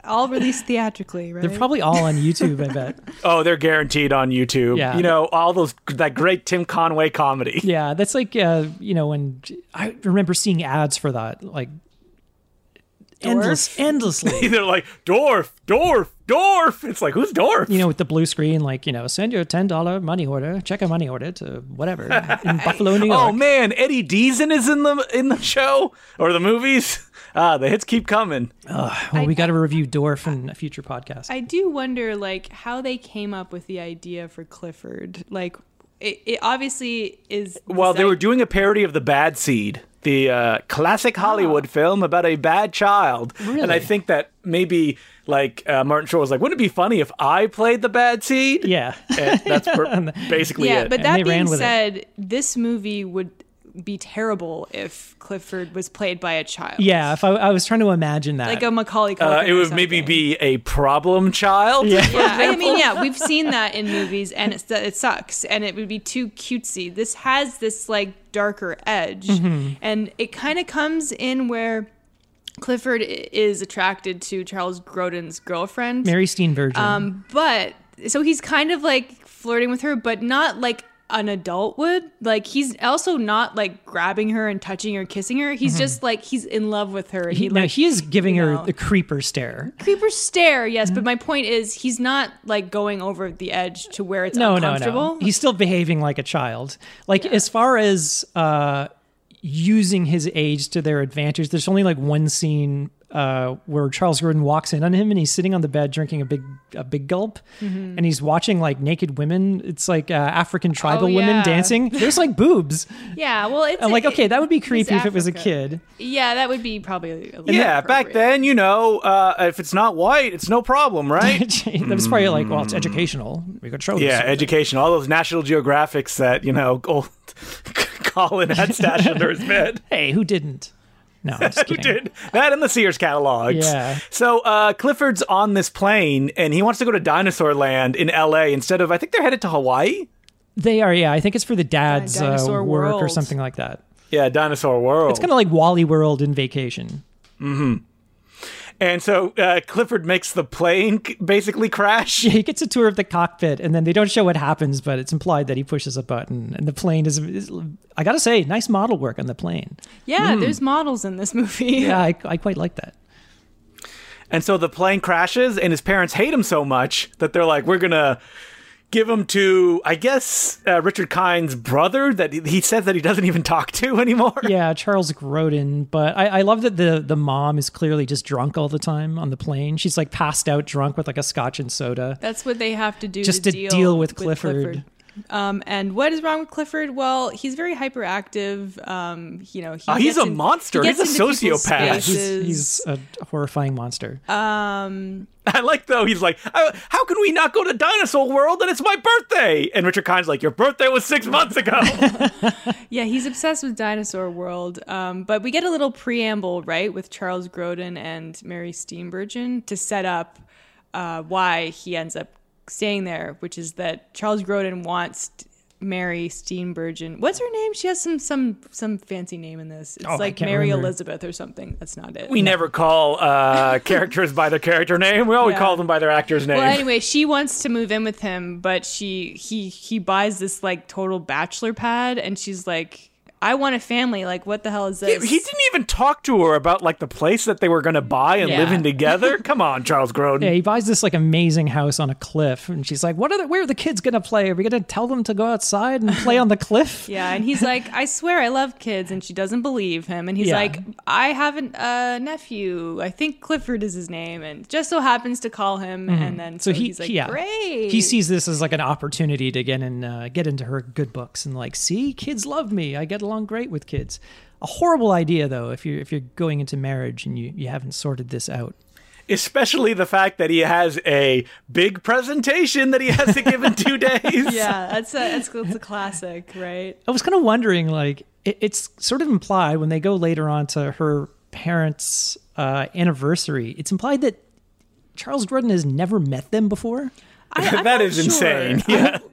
Speaker 1: All released theatrically, right?
Speaker 3: They're probably all on YouTube, I bet.
Speaker 2: Oh, they're guaranteed on YouTube.
Speaker 3: Yeah.
Speaker 2: You know, all those that great Tim Conway comedy.
Speaker 3: Yeah, that's like, uh, you know, when I remember seeing ads for that, like, endless, endlessly.
Speaker 2: They're like dwarf, dwarf, dwarf. It's like who's dwarf?
Speaker 3: You know, with the blue screen, like, you know, send your $10 money order, check a money order to whatever in Buffalo, New York.
Speaker 2: oh man, Eddie Deason is in the in the show or the movies. Ah, the hits keep coming.
Speaker 3: Oh, Well, we got to review Dwarf in a future podcast.
Speaker 1: I do wonder, like, how they came up with the idea for Clifford. Like, it, it obviously is.
Speaker 2: Well, they
Speaker 1: like-
Speaker 2: were doing a parody of The Bad Seed, the uh, classic
Speaker 1: Ah.
Speaker 2: Hollywood film about a bad child. And I
Speaker 3: Really?
Speaker 2: think that maybe like uh, Martin Short was like, wouldn't it be funny if I played The Bad Seed?
Speaker 3: yeah.
Speaker 2: And that's per- basically
Speaker 1: Yeah,
Speaker 2: it.
Speaker 1: but
Speaker 3: And they
Speaker 1: that
Speaker 3: ran
Speaker 1: being
Speaker 3: with it.
Speaker 1: said, this movie would be terrible if Clifford was played by a child.
Speaker 3: Yeah, if I, I was trying to imagine that.
Speaker 1: Like a Macaulay
Speaker 2: uh,
Speaker 1: Culkin.
Speaker 2: it
Speaker 1: or
Speaker 2: would maybe
Speaker 1: something.
Speaker 2: be a problem child.
Speaker 1: Yeah, I mean, yeah, we've seen that in movies, and it's, it sucks, and it would be too cutesy. This has this like darker edge,
Speaker 3: Mm-hmm.
Speaker 1: and it kind of comes in where Clifford i- is attracted to Charles Grodin's girlfriend,
Speaker 3: Mary Steen Virgin.
Speaker 1: um, but so he's kind of like flirting with her, but not like an adult would. Like he's also not like grabbing her and touching her, kissing her. He's just like he's in love with her. and
Speaker 3: Mm-hmm. he,
Speaker 1: he
Speaker 3: now
Speaker 1: like
Speaker 3: he is giving
Speaker 1: you
Speaker 3: her
Speaker 1: know.
Speaker 3: the creeper stare.
Speaker 1: creeper stare, yes.
Speaker 3: Mm-hmm.
Speaker 1: But my point is, he's not like going over the edge to where it's
Speaker 3: No, no,
Speaker 1: uncomfortable.
Speaker 3: no. He's still behaving like a child. Like as far as uh, using his age to their advantage, there's only like one scene uh, where Charles Gordon walks in on him and he's sitting on the bed drinking a big a big gulp,
Speaker 1: Mm-hmm.
Speaker 3: and he's watching like naked women. It's like uh, African tribal women
Speaker 1: Oh, yeah.
Speaker 3: dancing. There's like boobs.
Speaker 1: yeah, well, it's
Speaker 3: I'm like, okay, that would be
Speaker 1: it's
Speaker 3: creepy if it was a
Speaker 1: Africa.
Speaker 3: kid.
Speaker 1: Yeah, that would be probably a little
Speaker 2: Yeah, back
Speaker 1: inappropriate.
Speaker 2: then, you know, uh, if it's not white, it's no problem, right?
Speaker 3: that was probably like, well, it's educational. We could show this.
Speaker 2: Yeah, education. All those National Geographics that you know, old Colin had stashed under his bed.
Speaker 3: Hey, who didn't? No, I'm just
Speaker 2: Who
Speaker 3: kidding.
Speaker 2: did that in the Sears catalogs?
Speaker 3: Yeah.
Speaker 2: So uh, Clifford's on this plane, and he wants to go to Dinosaur Land in L.A. instead of I think they're headed to Hawaii.
Speaker 3: They are, yeah. I think it's for the dad's uh,
Speaker 1: Dinosaur
Speaker 3: work or
Speaker 1: World.
Speaker 3: something like that.
Speaker 2: Yeah, Dinosaur World.
Speaker 3: It's kind of like Wally World in vacation.
Speaker 2: and so uh, Clifford makes the plane c- basically crash.
Speaker 3: He gets a tour of the cockpit, and then they don't show what happens, but it's implied that he pushes a button, and the plane is. is I gotta say, nice model work on the plane.
Speaker 1: Yeah, there's models in this movie.
Speaker 3: Mm. Yeah, I, I quite like that.
Speaker 2: And so the plane crashes, and his parents hate him so much that they're like, "We're gonna give them to, I guess, uh, Richard Kine's brother that he- he says that he doesn't even talk to anymore.
Speaker 3: Yeah, Charles Grodin. But I, I love that the the mom is clearly just drunk all the time on the plane. She's like passed out drunk with like a scotch and soda.
Speaker 1: That's what they have to do
Speaker 3: Just
Speaker 1: to,
Speaker 3: to deal with Clifford.
Speaker 1: Um, and what is wrong with Clifford? Well, he's very hyperactive. Um, you know, he
Speaker 2: Oh, he's
Speaker 1: gets
Speaker 2: a
Speaker 1: in-
Speaker 2: monster.
Speaker 1: he
Speaker 2: He's
Speaker 1: gets
Speaker 2: a
Speaker 1: into people's
Speaker 2: sociopath. Yeah, he's-
Speaker 1: spaces.
Speaker 3: He's a horrifying monster.
Speaker 1: um,
Speaker 2: I like though he's like, "Oh, how can we not go to Dinosaur World and it's my birthday? And Richard Kine's like, your birthday was six months ago.
Speaker 1: yeah, he's obsessed with Dinosaur World. Um, but we get a little preamble, right, with Charles Grodin and Mary Steenburgen to set up uh, why he ends up staying there, which is that Charles Grodin wants Mary Steenburgen. What's her name? She has some some some fancy name in this. It's
Speaker 3: I
Speaker 1: like
Speaker 3: can't
Speaker 1: Mary
Speaker 3: remember.
Speaker 1: Elizabeth or something. That's not it.
Speaker 2: we never call uh, characters by their character name. We always
Speaker 1: Yeah.
Speaker 2: call them by their actor's name.
Speaker 1: Well, anyway, she wants to move in with him, but she he he buys this like total bachelor pad, and she's like, "I want a family. Like, what the hell is
Speaker 2: he
Speaker 1: this?"
Speaker 2: didn't even talk to her about like the place that they were going to buy and
Speaker 1: Yeah.
Speaker 2: live in together. Come on, Charles Grodin.
Speaker 3: Yeah, he buys this like amazing house on a cliff, and she's like, "What are the, where are the kids gonna play? Are we gonna tell them to go outside and play on the cliff?"
Speaker 1: yeah, and he's like, "I swear I love kids," and she doesn't believe him, and he's
Speaker 3: Yeah.
Speaker 1: like, "I have an- a nephew. I think Clifford is his name," and just so happens to call him, and then so,
Speaker 3: Mm-hmm. So he,
Speaker 1: Oh, he's like,
Speaker 3: yeah,
Speaker 1: "Great."
Speaker 3: he sees this as like an opportunity to get in, uh, get into her good books, and like, see, kids love me. I get along great with kids. A horrible idea though, if you're if you're going into marriage and you you haven't sorted this out.
Speaker 2: Especially the fact that he has a big presentation that he has to give in two days.
Speaker 1: Yeah, that's a that's, that's a classic, right?
Speaker 3: I was kind of wondering, like, it, it's sort of implied when they go later on to her parents' uh, anniversary. It's implied that Charles Grodin has never met them before,
Speaker 1: I, I'm
Speaker 2: That
Speaker 1: not
Speaker 2: is
Speaker 1: sure.
Speaker 2: insane.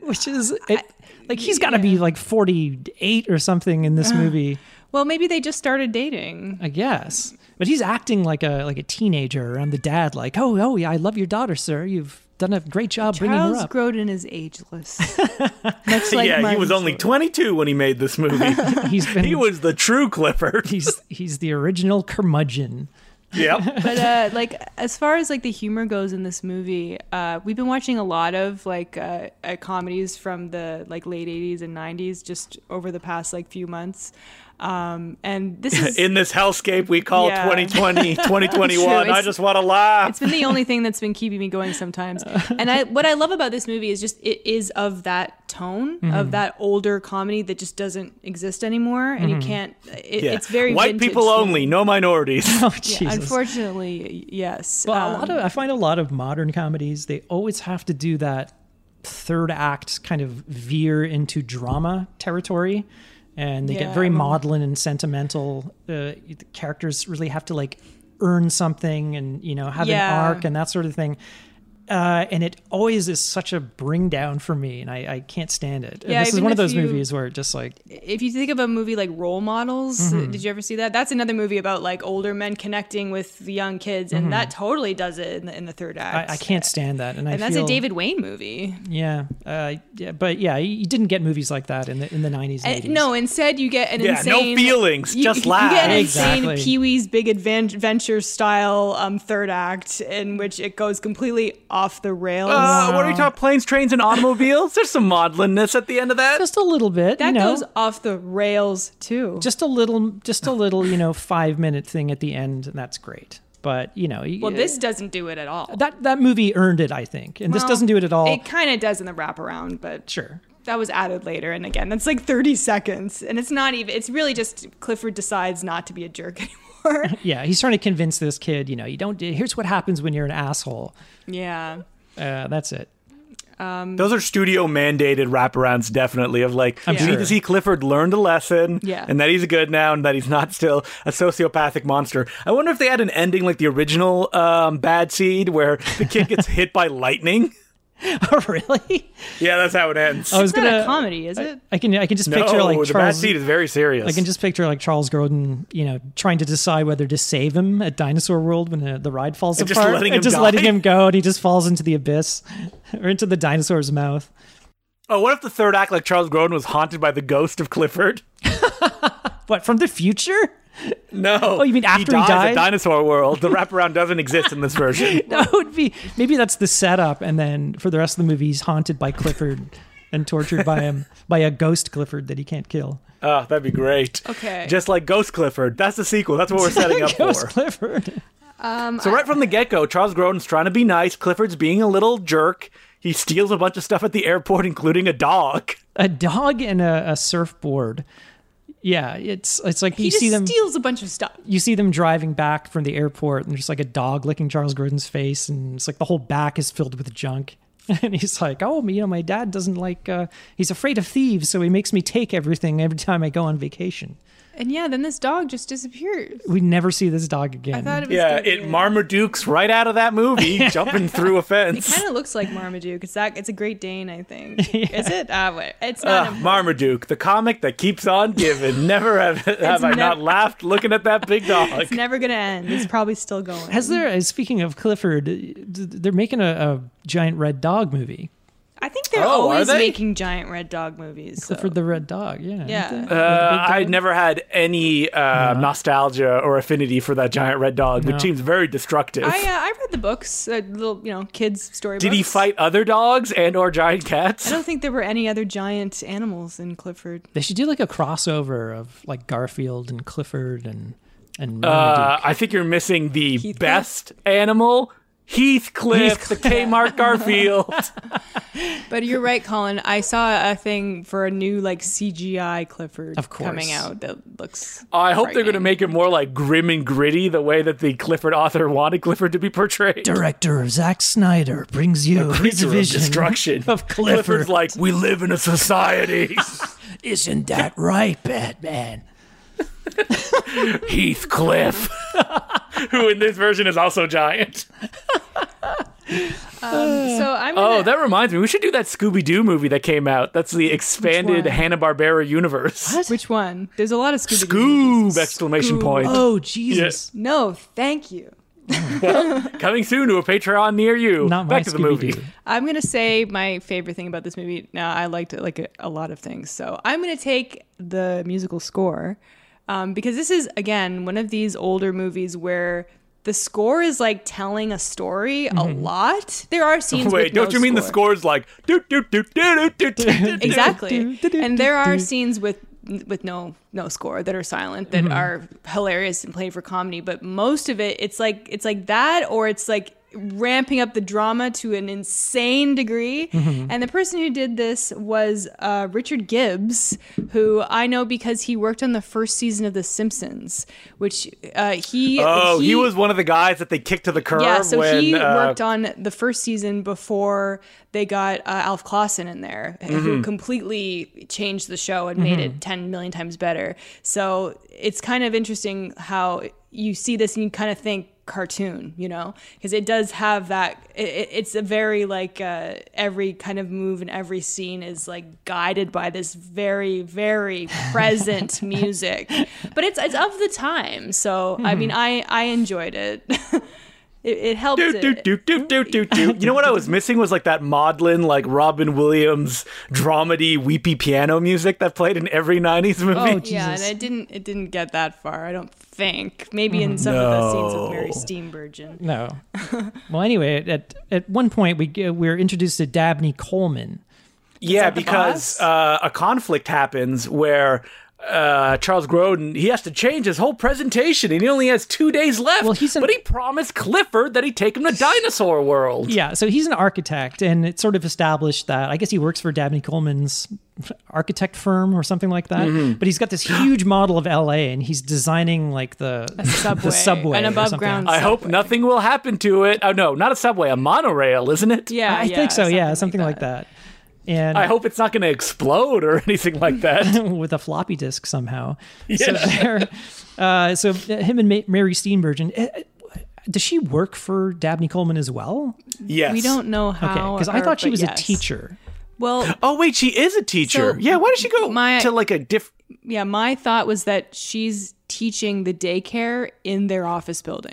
Speaker 3: which is it, like he's got to be like forty-eight or something in
Speaker 1: Uh-huh.
Speaker 3: this movie,
Speaker 1: Well, maybe they just started dating.
Speaker 3: I guess. But he's acting like a like a teenager. I'm the dad, like, oh, oh, yeah, I love your daughter, sir. You've done a great job bringing her
Speaker 1: Charles
Speaker 3: up.
Speaker 1: Grodin is ageless. Much like
Speaker 2: yeah, he
Speaker 1: Martin
Speaker 2: was only
Speaker 1: Short.
Speaker 2: 22 when he made this movie.
Speaker 3: he's been
Speaker 2: he was the true Clifford.
Speaker 3: he's he's the original curmudgeon.
Speaker 2: yep.
Speaker 1: but uh, like as far as like the humor goes in this movie uh, we've been watching a lot of like uh, uh, comedies from the like late 80s and 90s just over the past like few months um, and this is
Speaker 2: In this hellscape we call
Speaker 1: Yeah.
Speaker 2: 2020, 2021, I
Speaker 1: It's-
Speaker 2: just want to laugh.
Speaker 1: it's been the only thing that's been keeping me going sometimes. And I what I love about this movie is just it is of that tone
Speaker 3: Mm-hmm.
Speaker 1: of that older comedy that just doesn't exist anymore and
Speaker 3: Mm-hmm.
Speaker 1: you can't it,
Speaker 2: Yeah.
Speaker 1: it's very
Speaker 2: white
Speaker 1: vintage
Speaker 2: people
Speaker 1: humor.
Speaker 2: only, no minorities.
Speaker 3: Oh,
Speaker 1: Yeah,
Speaker 3: Jesus.
Speaker 1: unfortunately yes
Speaker 3: But
Speaker 1: Um,
Speaker 3: a lot of I find a lot of modern comedies they always have to do that third act kind of veer into drama territory, and they
Speaker 1: Yeah,
Speaker 3: get very
Speaker 1: I remember.
Speaker 3: maudlin and sentimental. Uh, the characters really have to like earn something and you know have
Speaker 1: Yeah.
Speaker 3: an arc and that sort of thing. Uh, and it always is such a bring down for me, and I, I can't stand it. And
Speaker 1: Yeah,
Speaker 3: this is
Speaker 1: even
Speaker 3: one of
Speaker 1: if
Speaker 3: those
Speaker 1: you-
Speaker 3: movies where it just like
Speaker 1: if you think of a movie like Role Models,
Speaker 3: Mm-hmm.
Speaker 1: did you ever see that? That's another movie about like older men connecting with the young kids, and that totally does it in the, in the third act.
Speaker 3: Mm-hmm. I, I can't stand that. And, I
Speaker 1: And that's
Speaker 3: feel-
Speaker 1: a David Wayne movie.
Speaker 3: Yeah, uh, yeah, but yeah, you you didn't get movies like that in the in the nineties.
Speaker 1: And- no, instead you get an
Speaker 2: Yeah, no
Speaker 1: insane
Speaker 2: feelings, just laugh.
Speaker 1: You get an
Speaker 3: Exactly.
Speaker 1: insane Pee Wee's Big Advan- Adventure style um, third act in which it goes completely off the rails.
Speaker 2: Uh, what are you talking? Planes, trains, and automobiles. There's some maudlinness at the end of that.
Speaker 3: just a little bit.
Speaker 1: that
Speaker 3: you know,
Speaker 1: goes off the rails too.
Speaker 3: just a little, just a little, you know, five minute thing at the end, and that's great. But you know,
Speaker 1: well, this doesn't do it at all.
Speaker 3: that that movie earned it, I think, and this
Speaker 1: Well,
Speaker 3: doesn't do it at all.
Speaker 1: It kind of does in the wraparound, but
Speaker 3: sure.
Speaker 1: that was added later and again that's like 30 seconds and it's not even it's really just clifford decides not to be a jerk anymore
Speaker 3: Yeah, he's trying to convince this kid, you know, you don't. do- Here's what happens when you're an asshole.
Speaker 1: yeah um,
Speaker 3: Uh, that's it.
Speaker 2: Those are studio mandated wraparounds, definitely. Of like,
Speaker 3: I'm
Speaker 2: you need
Speaker 3: sure.
Speaker 2: to see Clifford learned a lesson,
Speaker 1: Yeah.
Speaker 2: and that he's good now, and that he's not still a sociopathic monster. I wonder if they had an ending like the original um, Bad Seed, where the kid gets hit by lightning.
Speaker 3: Oh, really?
Speaker 2: Yeah, that's how it ends.
Speaker 3: I was
Speaker 1: it's not
Speaker 3: gonna.
Speaker 1: a comedy is it
Speaker 3: I can I can just
Speaker 2: no,
Speaker 3: picture like
Speaker 2: the Bad
Speaker 3: Charles.
Speaker 2: Seed is very serious.
Speaker 3: I can just picture like Charles Grodin, you know, trying to decide whether to save him at Dinosaur World when uh, the ride falls
Speaker 2: And just
Speaker 3: apart,
Speaker 2: letting
Speaker 3: and
Speaker 2: him
Speaker 3: just
Speaker 2: die.
Speaker 3: letting him go, and he just falls into the abyss or into the dinosaur's mouth.
Speaker 2: oh, what if the third act, like Charles Grodin, was haunted by the ghost of Clifford?
Speaker 3: What from the future?
Speaker 2: No.
Speaker 3: Oh, you mean after he
Speaker 2: dies
Speaker 3: died?
Speaker 2: At Dinosaur World, the wraparound doesn't exist in this version.
Speaker 3: No, it would be maybe that's the setup, and then for the rest of the movie, he's haunted by Clifford and tortured by him by a ghost Clifford that he can't kill.
Speaker 2: Oh, that'd be great.
Speaker 1: Okay.
Speaker 2: Just like Ghost Clifford. That's the sequel. That's what we're setting up
Speaker 3: ghost
Speaker 2: for.
Speaker 3: Clifford.
Speaker 1: Um,
Speaker 2: So right from the get-go, Charles Grodin's trying to be nice. Clifford's being a little jerk. He steals a bunch of stuff at the airport, including a dog.
Speaker 3: A dog and a, a surfboard. Yeah, it's it's like
Speaker 1: he
Speaker 3: you
Speaker 1: just
Speaker 3: see them
Speaker 1: steals a bunch of stuff.
Speaker 3: you see them driving back from the airport, and there's like a dog licking Charles Grodin's face, and it's like the whole back is filled with junk. And he's like, "Oh, you know, my dad doesn't like. Uh, he's afraid of thieves, so he makes me take everything every time I go on vacation.
Speaker 1: And yeah, then this dog just disappears.
Speaker 3: We never see this dog
Speaker 1: I
Speaker 3: again.
Speaker 1: thought it was
Speaker 2: Yeah,
Speaker 1: gonna be
Speaker 2: it Marmaduke's right out of that movie, jumping through a
Speaker 1: It
Speaker 2: fence.
Speaker 1: kind of looks like Marmaduke. It's that. It's a Great Dane, I think. Is it? Ah, wait. It's not.
Speaker 2: Ugh,
Speaker 1: a,
Speaker 2: Marmaduke, the comic that keeps on giving. Never have, have I
Speaker 1: nev-
Speaker 2: not laughed looking at that big dog.
Speaker 1: it's never gonna end. It's probably still going.
Speaker 3: Has there? uh, Speaking of Clifford, th- they're making a, a giant red dog movie.
Speaker 1: I think they're
Speaker 2: Oh, are
Speaker 1: always
Speaker 2: they?
Speaker 1: making giant red dog movies. so-
Speaker 3: Clifford the Red Dog, yeah. aren't
Speaker 1: Yeah.
Speaker 3: they? With the
Speaker 2: Uh,
Speaker 3: big
Speaker 2: I
Speaker 3: dog?
Speaker 2: never had any uh, nostalgia or affinity for that giant red dog,
Speaker 3: No.
Speaker 2: which seems very destructive.
Speaker 1: I uh, I read the books, uh, little you know kids story.
Speaker 2: Did he fight other dogs and or giant
Speaker 1: I
Speaker 2: cats?
Speaker 1: don't think there were any other giant animals in Clifford.
Speaker 3: They should do like a crossover of like Garfield and Clifford and and
Speaker 2: Uh,
Speaker 3: Marmaduke.
Speaker 2: I think you're missing the
Speaker 1: Heathcliff?
Speaker 2: best animal, Heathcliff, the Kmart Garfield.
Speaker 1: But you're right, Colin. I saw a thing for a new like CGI Clifford
Speaker 3: Of course.
Speaker 1: coming out that looks.
Speaker 2: I hope they're going to
Speaker 1: frightening.
Speaker 2: make it more like grim and gritty, the way that the Clifford author wanted Clifford to be portrayed.
Speaker 3: Director Zack Snyder brings you his
Speaker 2: Creature of
Speaker 3: vision
Speaker 2: destruction.
Speaker 3: of Clifford.
Speaker 2: Clifford's like, we live in a society.
Speaker 3: Isn't that right, Batman?
Speaker 2: Heathcliff, who in this version is also giant.
Speaker 1: So I'm. Gonna,
Speaker 2: Oh, that reminds me, we should do that Scooby Doo movie that came out. That's the expanded
Speaker 1: one?
Speaker 2: Hanna Barbera universe.
Speaker 1: which one? There's a lot of Scooby.
Speaker 2: Scoob! Exclamation
Speaker 1: Scoob.
Speaker 2: point.
Speaker 3: Oh Jesus!
Speaker 1: No, thank you.
Speaker 2: Coming soon to a Patreon near you.
Speaker 3: Not my
Speaker 2: Oh, Back to the movie.
Speaker 3: Scooby-Doo.
Speaker 1: I'm gonna say my favorite thing about this movie. Now I liked it like a, a lot of things, so I'm gonna take the musical score um, because this is again one of these older movies where the score is like telling a story a lot. There are scenes.
Speaker 2: Mm-hmm. Wait,
Speaker 1: with
Speaker 2: don't
Speaker 1: no
Speaker 2: you mean the score's like doot doot doot doot doot doot doot? doot.
Speaker 1: Exactly,
Speaker 3: Do, do, do,
Speaker 1: and there
Speaker 3: do,
Speaker 1: are
Speaker 3: do.
Speaker 1: scenes with with no no score that are silent
Speaker 3: Mm-hmm.
Speaker 1: that are hilarious and played for comedy. But most of it, it's like it's like that, or it's like ramping up the drama to an insane degree.
Speaker 3: Mm-hmm.
Speaker 1: And the person who did this was uh, Richard Gibbs, who I know because he worked on the first season of The Simpsons, which uh, he
Speaker 2: Oh, he, was one of the guys that they kicked to the curb
Speaker 1: yeah, so
Speaker 2: when
Speaker 1: he
Speaker 2: uh,
Speaker 1: worked on the first season before they got uh, Alf Clausen in there,
Speaker 2: Mm-hmm.
Speaker 1: who completely changed the show and made it 10 million times better. So it's kind of interesting how you see this and you kind of think cartoon, you know, because it does have that. It, it- it's a very like uh, every kind of move and every scene is like guided by this very, very present music. But it's it's of the time, so
Speaker 2: Mm-hmm.
Speaker 1: I mean, I I enjoyed it. It, it helped.
Speaker 2: Doot,
Speaker 1: it.
Speaker 2: doot, doot, doot, doot, doot, doot. You know what I was missing was like that maudlin, like Robin Williams dramedy, weepy piano music that played in every '90s
Speaker 3: Oh,
Speaker 2: movie.
Speaker 3: Jesus.
Speaker 1: Yeah, and it didn't. It didn't get that far. I don't think. Maybe in some of the scenes with Mary
Speaker 2: No.
Speaker 1: Steenburgen.
Speaker 3: No. well, anyway, at at one point we get, we're introduced to Dabney Coleman.
Speaker 2: yeah,
Speaker 1: that the
Speaker 2: because
Speaker 1: boss?
Speaker 2: uh, a conflict happens where uh, Charles Grodin he has to change his whole presentation, and he only has two days left.
Speaker 3: Well, he's an-
Speaker 2: but he promised Clifford that he'd take him to Dinosaur World.
Speaker 3: Yeah, so he's an architect, and it's sort of established that I guess he works for Dabney Coleman's architect firm or something like that.
Speaker 2: Mm-hmm.
Speaker 3: But he's got this huge model of LA, and he's designing like the
Speaker 1: subway,
Speaker 3: the subway
Speaker 1: an
Speaker 3: or
Speaker 1: above
Speaker 3: something.
Speaker 1: ground
Speaker 2: I hope nothing will happen to it. Oh no, not a subway, a monorail, isn't it?
Speaker 1: Yeah,
Speaker 3: I
Speaker 1: yeah,
Speaker 3: think so. yeah, something like that. And
Speaker 2: I hope it's not going to explode or anything like that.
Speaker 3: with a floppy disk somehow. So there, uh, so him and Ma- Mary Steenburgen. eh, eh, Does she work for Dabney Coleman as well?
Speaker 2: Yes.
Speaker 1: We don't know
Speaker 3: Okay,
Speaker 1: how.
Speaker 3: because I
Speaker 1: or-
Speaker 3: thought she
Speaker 1: but
Speaker 3: was
Speaker 1: Oh, yes.
Speaker 3: a teacher.
Speaker 1: Well,
Speaker 2: Oh wait, she is a teacher.
Speaker 1: So,
Speaker 2: yeah, why does she go
Speaker 1: my-
Speaker 2: to like a diff?
Speaker 1: yeah, my thought was that she's teaching the daycare in their office building.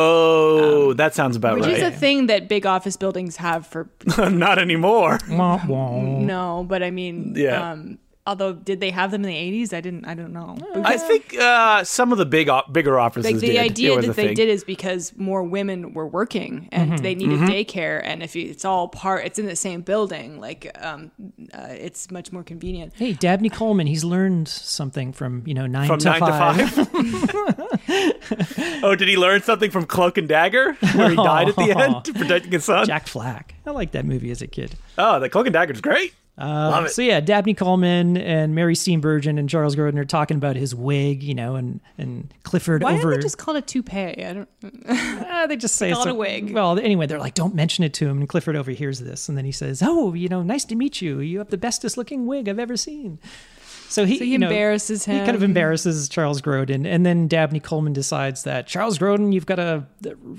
Speaker 2: Oh, that sounds about
Speaker 1: Um, which is a
Speaker 2: right.
Speaker 1: thing that big office buildings have for
Speaker 2: Not anymore.
Speaker 3: Wah, wah.
Speaker 1: no, but I mean,
Speaker 2: Yeah.
Speaker 1: um, Although, did they have them in the eighties? I didn't. I don't know.
Speaker 2: I think uh, some of the big, o- bigger offices
Speaker 1: Like the
Speaker 2: did. It
Speaker 1: idea
Speaker 2: was
Speaker 1: that
Speaker 2: a
Speaker 1: they
Speaker 2: thing.
Speaker 1: did is because more women were working and
Speaker 3: Mm-hmm.
Speaker 1: they needed daycare, and if you, it's all part, it's in the same building. Like, um, uh, it's much more convenient.
Speaker 3: Hey, Dabney Coleman, he's learned something from you know nine,
Speaker 2: from
Speaker 3: to,
Speaker 2: nine
Speaker 3: five.
Speaker 2: to five. oh, did he learn something from Cloak and Dagger, where he died at the end protecting his son?
Speaker 3: Jack Flack. I liked that movie as a kid. Uh,
Speaker 2: Oh, the Cloak and Dagger's great. Love it.
Speaker 3: So yeah, Dabney Coleman and Mary Steenburgen and Charles Grodin are talking about his wig, you know, and and Clifford
Speaker 1: Why
Speaker 3: over.
Speaker 1: don't they just call it a toupee? I don't.
Speaker 3: Ah, they just say
Speaker 1: call
Speaker 3: it's
Speaker 1: it a wig?
Speaker 3: Well, anyway, they're like, don't mention it to him. And Clifford overhears this, and then he says, "Oh, you know, nice to meet you. You have the bestest looking wig I've ever seen." So he,
Speaker 1: So he
Speaker 3: you know,
Speaker 1: embarrasses him.
Speaker 3: He kind of embarrasses Charles Grodin, and then Dabney Coleman decides that Charles Grodin, you've got to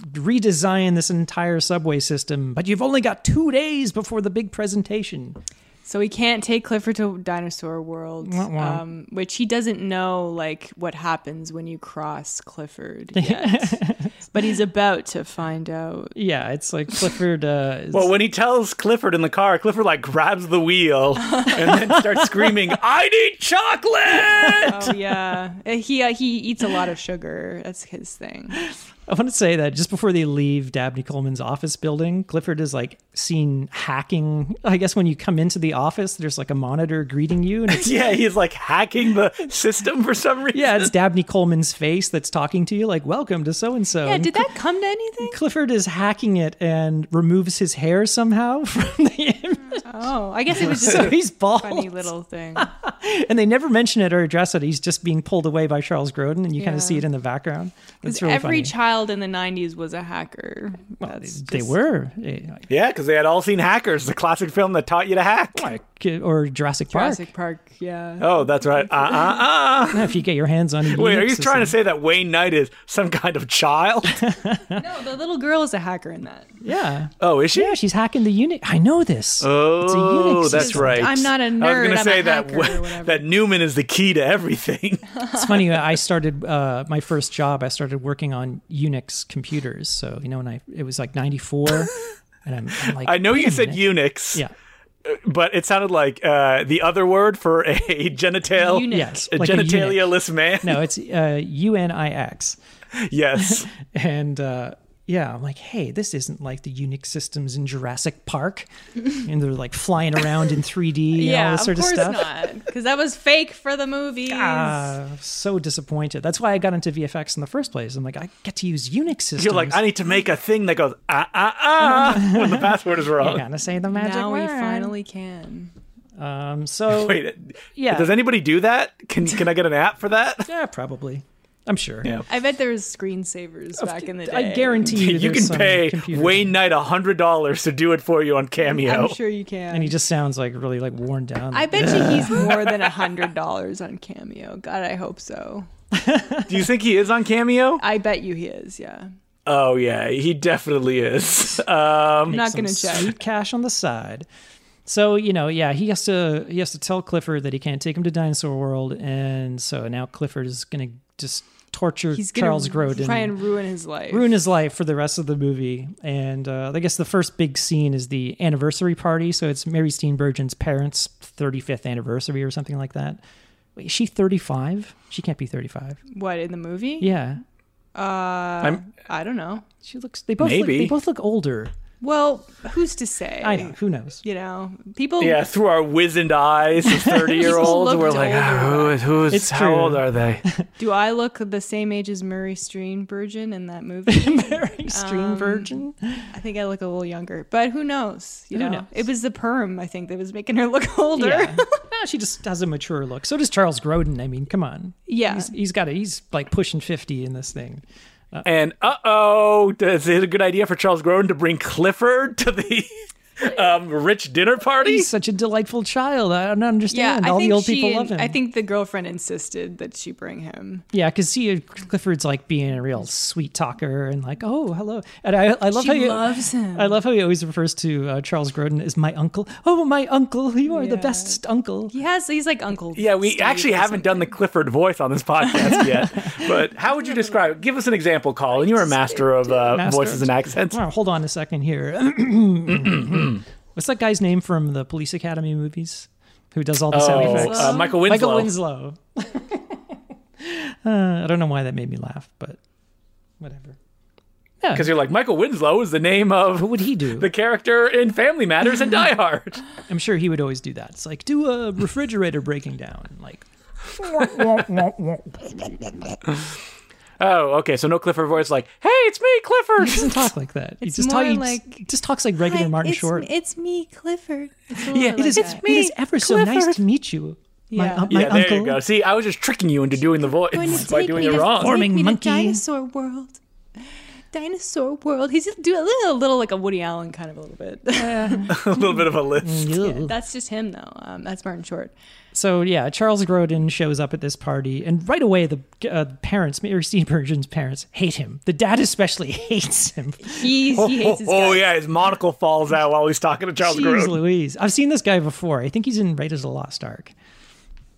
Speaker 3: redesign this entire subway system, but you've only got two days before the big presentation.
Speaker 1: So he can't take Clifford to Dinosaur World,
Speaker 3: Wah, wah.
Speaker 1: Um, which he doesn't know like what happens when you cross Clifford yet. but he's about to find out.
Speaker 3: Yeah, it's like Clifford. Uh, is-
Speaker 2: Well, when he tells Clifford in the car, Clifford like grabs the wheel and then starts screaming, "I need chocolate!"
Speaker 1: Oh yeah, Uh, he uh, he eats a lot of sugar. That's his thing.
Speaker 3: I want to say that just before they leave Dabney Coleman's office building, Clifford is like seen hacking. I guess when you come into the office, there's like a monitor greeting you, and it's
Speaker 2: yeah, he's like hacking the system for some reason.
Speaker 3: yeah, it's Dabney Coleman's face that's talking to you, like "Welcome to so and so."
Speaker 1: Yeah, did that come to anything?
Speaker 3: Clifford is hacking it and removes his hair somehow from the image,
Speaker 1: Oh, I guess it was just
Speaker 3: so
Speaker 1: a
Speaker 3: he's bald.
Speaker 1: funny little thing.
Speaker 3: And they never mention it or address it. He's just being pulled away by Charles Grodin, and you kind
Speaker 1: Yeah.
Speaker 3: of see it in the background. That's really
Speaker 1: Every
Speaker 3: funny.
Speaker 1: child in the '90s was a hacker. That's
Speaker 3: they
Speaker 1: just-
Speaker 3: were, eh,
Speaker 2: yeah, because they had all seen Hackers, the classic film that taught you to hack.
Speaker 1: Oh
Speaker 3: or Jurassic,
Speaker 1: Jurassic Park. Yeah.
Speaker 2: Oh, that's right. Uh, uh, uh.
Speaker 3: Park. If you get your hands on it,
Speaker 2: Wait, are you
Speaker 3: Unix or
Speaker 2: trying to say that Wayne Knight is some kind of child?
Speaker 1: No, the little girl is a hacker in that.
Speaker 3: Yeah.
Speaker 2: Oh, is she?
Speaker 3: Yeah, she's hacking the unit. I know this. it's a
Speaker 2: Oh,
Speaker 3: Unix
Speaker 2: that's
Speaker 3: system.
Speaker 2: right.
Speaker 1: I'm not a
Speaker 2: I was
Speaker 1: nerd,
Speaker 2: gonna
Speaker 1: I'm a
Speaker 2: say that
Speaker 1: hacker or
Speaker 2: w-
Speaker 1: whatever.
Speaker 2: that Newman is the key to everything.
Speaker 3: It's funny. I started uh, my first job. I started working on Unix computers. So you know, when I it was like '94, and I'm, I'm like,
Speaker 2: I know
Speaker 3: "Wait
Speaker 2: you
Speaker 3: a
Speaker 2: said
Speaker 3: minute."
Speaker 2: Unix,
Speaker 3: Yeah.
Speaker 2: but it sounded like uh, the other word for a genital,
Speaker 1: Eunuch.
Speaker 3: Yes.
Speaker 2: a
Speaker 3: like a eunuch.
Speaker 2: genitalialist man.
Speaker 3: No, it's uh, UNIX,
Speaker 2: Yes.
Speaker 3: and uh, yeah, I'm like, hey, this isn't like the Unix systems in Jurassic Park, and they're like flying around in 3D and all
Speaker 1: Yeah,
Speaker 3: this sort
Speaker 1: of course
Speaker 3: of stuff.
Speaker 1: not, because that was fake for the movies.
Speaker 3: Ah, so disappointed. That's why I got into VFX in the first place. I'm like, I get to use Unix systems.
Speaker 2: You're like, I need to make a thing that goes ah ah ah when the password is
Speaker 3: I
Speaker 2: wrong.
Speaker 3: gotta say the magic
Speaker 1: now we
Speaker 3: word.
Speaker 1: finally can.
Speaker 3: Um, so
Speaker 2: Wait,
Speaker 3: yeah,
Speaker 2: does anybody do that? Can can I get an app for that?
Speaker 3: yeah, probably. I'm sure.
Speaker 2: Yeah.
Speaker 1: I bet there was screensavers back in the day.
Speaker 3: I guarantee you,
Speaker 2: You
Speaker 3: there's
Speaker 2: can
Speaker 3: some
Speaker 2: pay
Speaker 3: computer.
Speaker 2: Wayne Knight hundred dollars to do it for you on Cameo.
Speaker 1: I'm sure you can.
Speaker 3: And he just sounds like really like worn down.
Speaker 1: I bet you he's more than a hundred dollars on Cameo. God, I hope so.
Speaker 2: Do you think he is on Cameo?
Speaker 1: I bet you he is. Yeah,
Speaker 2: Oh yeah, he definitely is. Um,
Speaker 1: I'm not gonna
Speaker 3: some
Speaker 1: check.
Speaker 3: Sweet cash on the side. So you know, yeah, he has to he has to tell Clifford that he can't take him to Dinosaur World, and so now Clifford is gonna just torture
Speaker 1: He's gonna
Speaker 3: Charles Grodin,
Speaker 1: try and ruin his life.
Speaker 3: ruin his life for the rest of the movie. And uh, I guess the first big scene is the anniversary party. So it's Mary Steenburgen's parents' 35th anniversary or something like that. Wait, is she 35? She can't be 35.
Speaker 1: what in the movie?
Speaker 3: Yeah.
Speaker 1: Uh, I'm,
Speaker 2: I'm-
Speaker 1: I do not know.
Speaker 3: She looks, they both, look,
Speaker 2: Maybe.
Speaker 3: they both look older.
Speaker 1: Well, who's to say?
Speaker 3: I know. Who knows?
Speaker 1: You know, people.
Speaker 2: yeah, through our wizened eyes, as thirty-year-olds,
Speaker 1: People
Speaker 2: we're
Speaker 1: looked
Speaker 2: like, ah,
Speaker 1: older
Speaker 2: who is, who is,
Speaker 3: It's
Speaker 2: how
Speaker 3: true.
Speaker 2: old are they?
Speaker 1: Do I look the same age as Murray Steenburgen in that movie?
Speaker 3: Mary Steenburgen.
Speaker 1: I think I look a little younger, but who knows? You
Speaker 3: Who
Speaker 1: know,
Speaker 3: knows?
Speaker 1: it was the perm I think that was making her look older.
Speaker 3: Yeah. no, she just has a mature look. So does Charles Grodin. I mean, come on.
Speaker 1: Yeah.
Speaker 3: He's, he's got it. He's like pushing 50 in this thing.
Speaker 2: And uh oh, is it a good idea for Charles Grodin to bring Clifford to the um, rich dinner party?
Speaker 3: He's such a delightful child. I don't understand.
Speaker 1: I
Speaker 3: All
Speaker 1: think
Speaker 3: the old
Speaker 1: she
Speaker 3: people
Speaker 1: and-
Speaker 3: love him.
Speaker 1: I think the girlfriend insisted that she bring him.
Speaker 3: Yeah, because see, Clifford's like being a real sweet talker and like, oh, hello. And I, I love
Speaker 1: She
Speaker 3: how you,
Speaker 1: loves him.
Speaker 3: I love how he always refers to uh, Charles Grodin as my uncle. Oh, my uncle, you are the
Speaker 1: Yeah.
Speaker 3: best uncle.
Speaker 1: He has he's like Uncle.
Speaker 2: Yeah, we
Speaker 1: Steve
Speaker 2: actually
Speaker 1: or
Speaker 2: haven't done the Clifford voice on this podcast yet. But how would you describe it? Give us an example, Colin. You're a master of uh,
Speaker 3: Master
Speaker 2: voices
Speaker 3: of-
Speaker 2: and accents.
Speaker 3: Oh, hold on a second here. What's that guy's name from the Police Academy movies? who does all the sound
Speaker 2: Oh,
Speaker 3: effects.
Speaker 2: uh, Michael Winslow.
Speaker 3: Michael Winslow. uh, I don't know why that made me laugh, but whatever. Yeah.
Speaker 2: Because you're like, Michael Winslow is the name of
Speaker 3: What would he do?
Speaker 2: the character in Family Matters and Die Hard.
Speaker 3: I'm sure he would always do that. It's like do a refrigerator breaking down, like
Speaker 2: Oh, okay. So no Clifford voice like, hey, it's me, Clifford.
Speaker 3: he doesn't talk like that. He
Speaker 1: It's
Speaker 3: just, talk,
Speaker 1: more
Speaker 3: he
Speaker 1: like,
Speaker 3: just, just talks like regular
Speaker 1: Hi,
Speaker 3: Martin
Speaker 1: it's,
Speaker 3: Short.
Speaker 1: It's me, Clifford. It's a little
Speaker 2: Yeah,
Speaker 1: bit
Speaker 2: it
Speaker 1: like
Speaker 2: is- it's
Speaker 1: that.
Speaker 3: It is ever so nice to meet you, my,
Speaker 1: Yeah.
Speaker 3: un- my
Speaker 2: yeah, there
Speaker 3: uncle.
Speaker 2: you go. See, I was just tricking you into doing the voice
Speaker 1: Going to
Speaker 2: by
Speaker 1: take
Speaker 2: doing
Speaker 1: me
Speaker 2: it
Speaker 1: to-
Speaker 2: wrong.
Speaker 1: take
Speaker 3: Forming
Speaker 1: me to
Speaker 3: monkey.
Speaker 1: Dinosaur world. Dinosaur world. He's do a little, a little like a Woody Allen kind of a little bit.
Speaker 2: a little bit of a list.
Speaker 3: Yeah.
Speaker 1: that's just him though. Um, that's Martin Short.
Speaker 3: So yeah, Charles Grodin shows up at this party, and right away the uh, parents, Mary Steenburgen's parents, hate him. The dad especially hates him.
Speaker 1: He's, he hates his
Speaker 2: Oh,
Speaker 1: guts.
Speaker 2: yeah, his monocle falls out while he's talking to Charles
Speaker 3: Jeez
Speaker 2: Grodin.
Speaker 3: Louise, I've seen this guy before. I think he's in Raiders of the Lost Ark.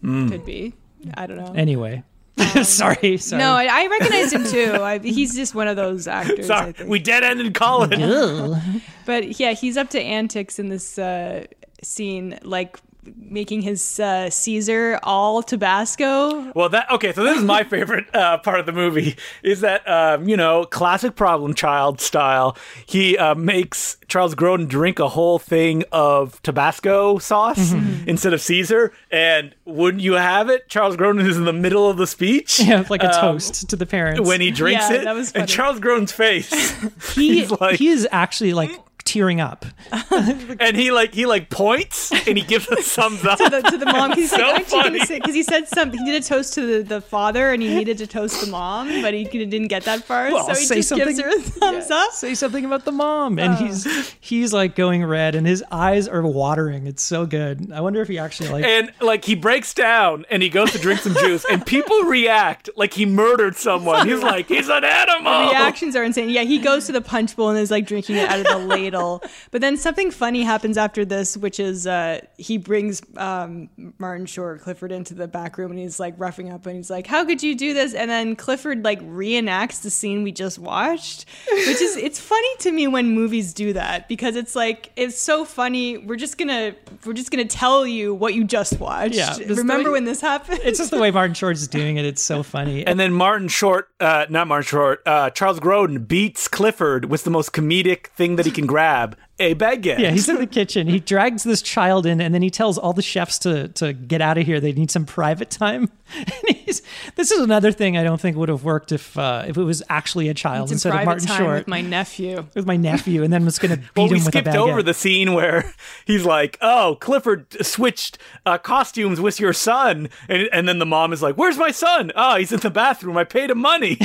Speaker 1: Could be. I don't know.
Speaker 3: Anyway, sorry, sorry.
Speaker 1: Um, No, I, I recognize him too. I, he's just one of those actors. I
Speaker 2: Sorry,
Speaker 1: think.
Speaker 2: we dead ended Colin.
Speaker 3: Ugh.
Speaker 1: But yeah, he's up to antics in this uh, scene, like making his uh, Caesar all Tabasco.
Speaker 2: Well, that okay. So this is my favorite uh, part of the movie is that um, you know classic problem child style. He uh, makes Charles Grodin drink a whole thing of Tabasco
Speaker 3: Mm-hmm.
Speaker 2: sauce Mm-hmm. instead of Caesar. And wouldn't you have it? Charles Grodin is in the middle of the speech.
Speaker 3: Yeah, like a
Speaker 2: um,
Speaker 3: toast to the parents.
Speaker 2: when he drinks
Speaker 1: Yeah,
Speaker 2: it.
Speaker 1: that was funny.
Speaker 2: and Charles Grodin's face,
Speaker 3: he,
Speaker 2: he's like-
Speaker 3: he is actually like
Speaker 1: Mm.
Speaker 3: tearing up.
Speaker 2: and he like he like points and he gives a thumbs up.
Speaker 1: The, to the mom, because he's
Speaker 2: So
Speaker 1: like, "Aren't you
Speaker 2: funny.
Speaker 1: gonna say-" 'cause he said something. He did a toast to the, the father, and he needed to toast the mom, but he didn't get that far.
Speaker 3: Well,
Speaker 1: so he
Speaker 3: say
Speaker 1: just gives
Speaker 3: something-
Speaker 1: her a thumbs up. Oh.
Speaker 3: Say something about the mom, and he's he's like going red, and his eyes are watering. It's so good. I wonder if he actually like.
Speaker 2: and like he breaks down and he goes to drink some juice and people react like he murdered someone he's like he's an animal
Speaker 1: reactions are insane. Yeah, he goes to the punch bowl and is like drinking it out of the ladle. But then something funny happens after this, which is uh, he brings um, Martin Short Clifford into the back room and he's like roughing up and he's like, "How could you do this?" And then Clifford like reenacts the scene we just watched, which is it's funny to me when movies do that because it's like it's so funny. We're just gonna we're just gonna tell you what you just watched.
Speaker 3: Yeah, this-
Speaker 1: remember when this happened?
Speaker 3: it's just the way Martin Short is doing it. It's so funny.
Speaker 2: and then martin short uh, not martin short uh, charles grodin beats clifford with the most comedic thing that he can grab a baguette
Speaker 3: yeah, he's in the kitchen. He drags this child in, and then he tells all the chefs to to get out of here. They need some private time. And he's, this is another thing I don't think would have worked if uh, if it was actually a child
Speaker 1: It's in
Speaker 3: instead of
Speaker 1: private
Speaker 3: Martin
Speaker 1: time
Speaker 3: Short
Speaker 1: with my nephew.
Speaker 3: with my nephew, and then was going to beat
Speaker 2: well,
Speaker 3: him
Speaker 2: we
Speaker 3: with a
Speaker 2: skipped
Speaker 3: baguette.
Speaker 2: over the scene where he's like, "Oh, Clifford switched uh, costumes with your son," and, and then the mom is like, "Where's my son? Oh, he's in the bathroom. I paid him money."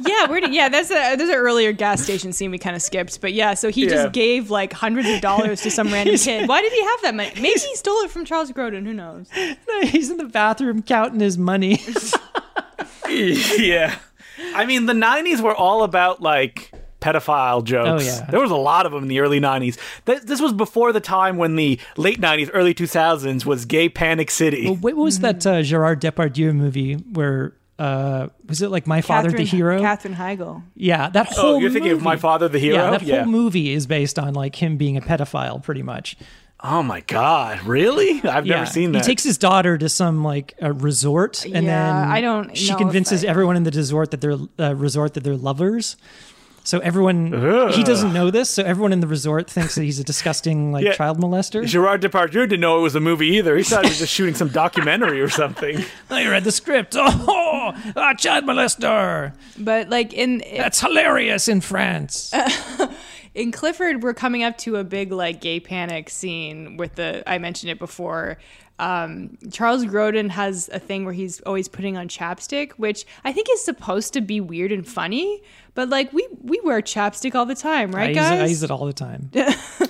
Speaker 1: Yeah, where did, yeah, that's a there's an earlier gas station scene we kind of skipped, but yeah, so he
Speaker 2: Yeah.
Speaker 1: just gave like hundreds of dollars to some random kid. Why did he have that money? Maybe he stole it from Charles Grodin. Who knows?
Speaker 3: he's in the bathroom counting his money.
Speaker 2: yeah. I mean, the 90s were all about like pedophile jokes.
Speaker 3: Oh, yeah.
Speaker 2: There was a lot of them in the early 90s. Th- this was before the time when the late 90s, early 2000s was gay panic city.
Speaker 3: What was
Speaker 1: Hmm.
Speaker 3: that uh, Gerard Depardieu movie where uh, was it like My Father the Hero?
Speaker 1: Catherine Heigl.
Speaker 3: yeah, that
Speaker 2: oh,
Speaker 3: whole
Speaker 2: you're thinking of
Speaker 3: movie-
Speaker 2: My Father the Hero?
Speaker 3: Yeah, that whole movie is based on like him being a pedophile, pretty much.
Speaker 2: oh my god, really? I've
Speaker 3: yeah.
Speaker 2: never seen that.
Speaker 3: He takes his daughter to some like a resort, and
Speaker 1: Yeah,
Speaker 3: then
Speaker 1: I don't
Speaker 3: She
Speaker 1: know if
Speaker 3: convinces
Speaker 1: I-
Speaker 3: everyone in the resort that they're uh, resort that they're lovers. So everyone, he doesn't know this. So everyone in the resort thinks that he's a disgusting like
Speaker 2: Yeah.
Speaker 3: child molester.
Speaker 2: Gerard Depardieu didn't know it was a movie either. He thought he was just shooting some documentary or something.
Speaker 3: I read the script. Oh, a child molester.
Speaker 1: But like in
Speaker 3: That's hilarious in France.
Speaker 1: in Clifford, we're coming up to a big like gay panic scene with the I mentioned it before. Um, Charles Grodin has a thing where he's always putting on chapstick, which I think is supposed to be weird and funny, but like we we wear chapstick all the time,
Speaker 3: I,
Speaker 1: right,
Speaker 3: use it,
Speaker 1: guys?
Speaker 3: I use it all the time.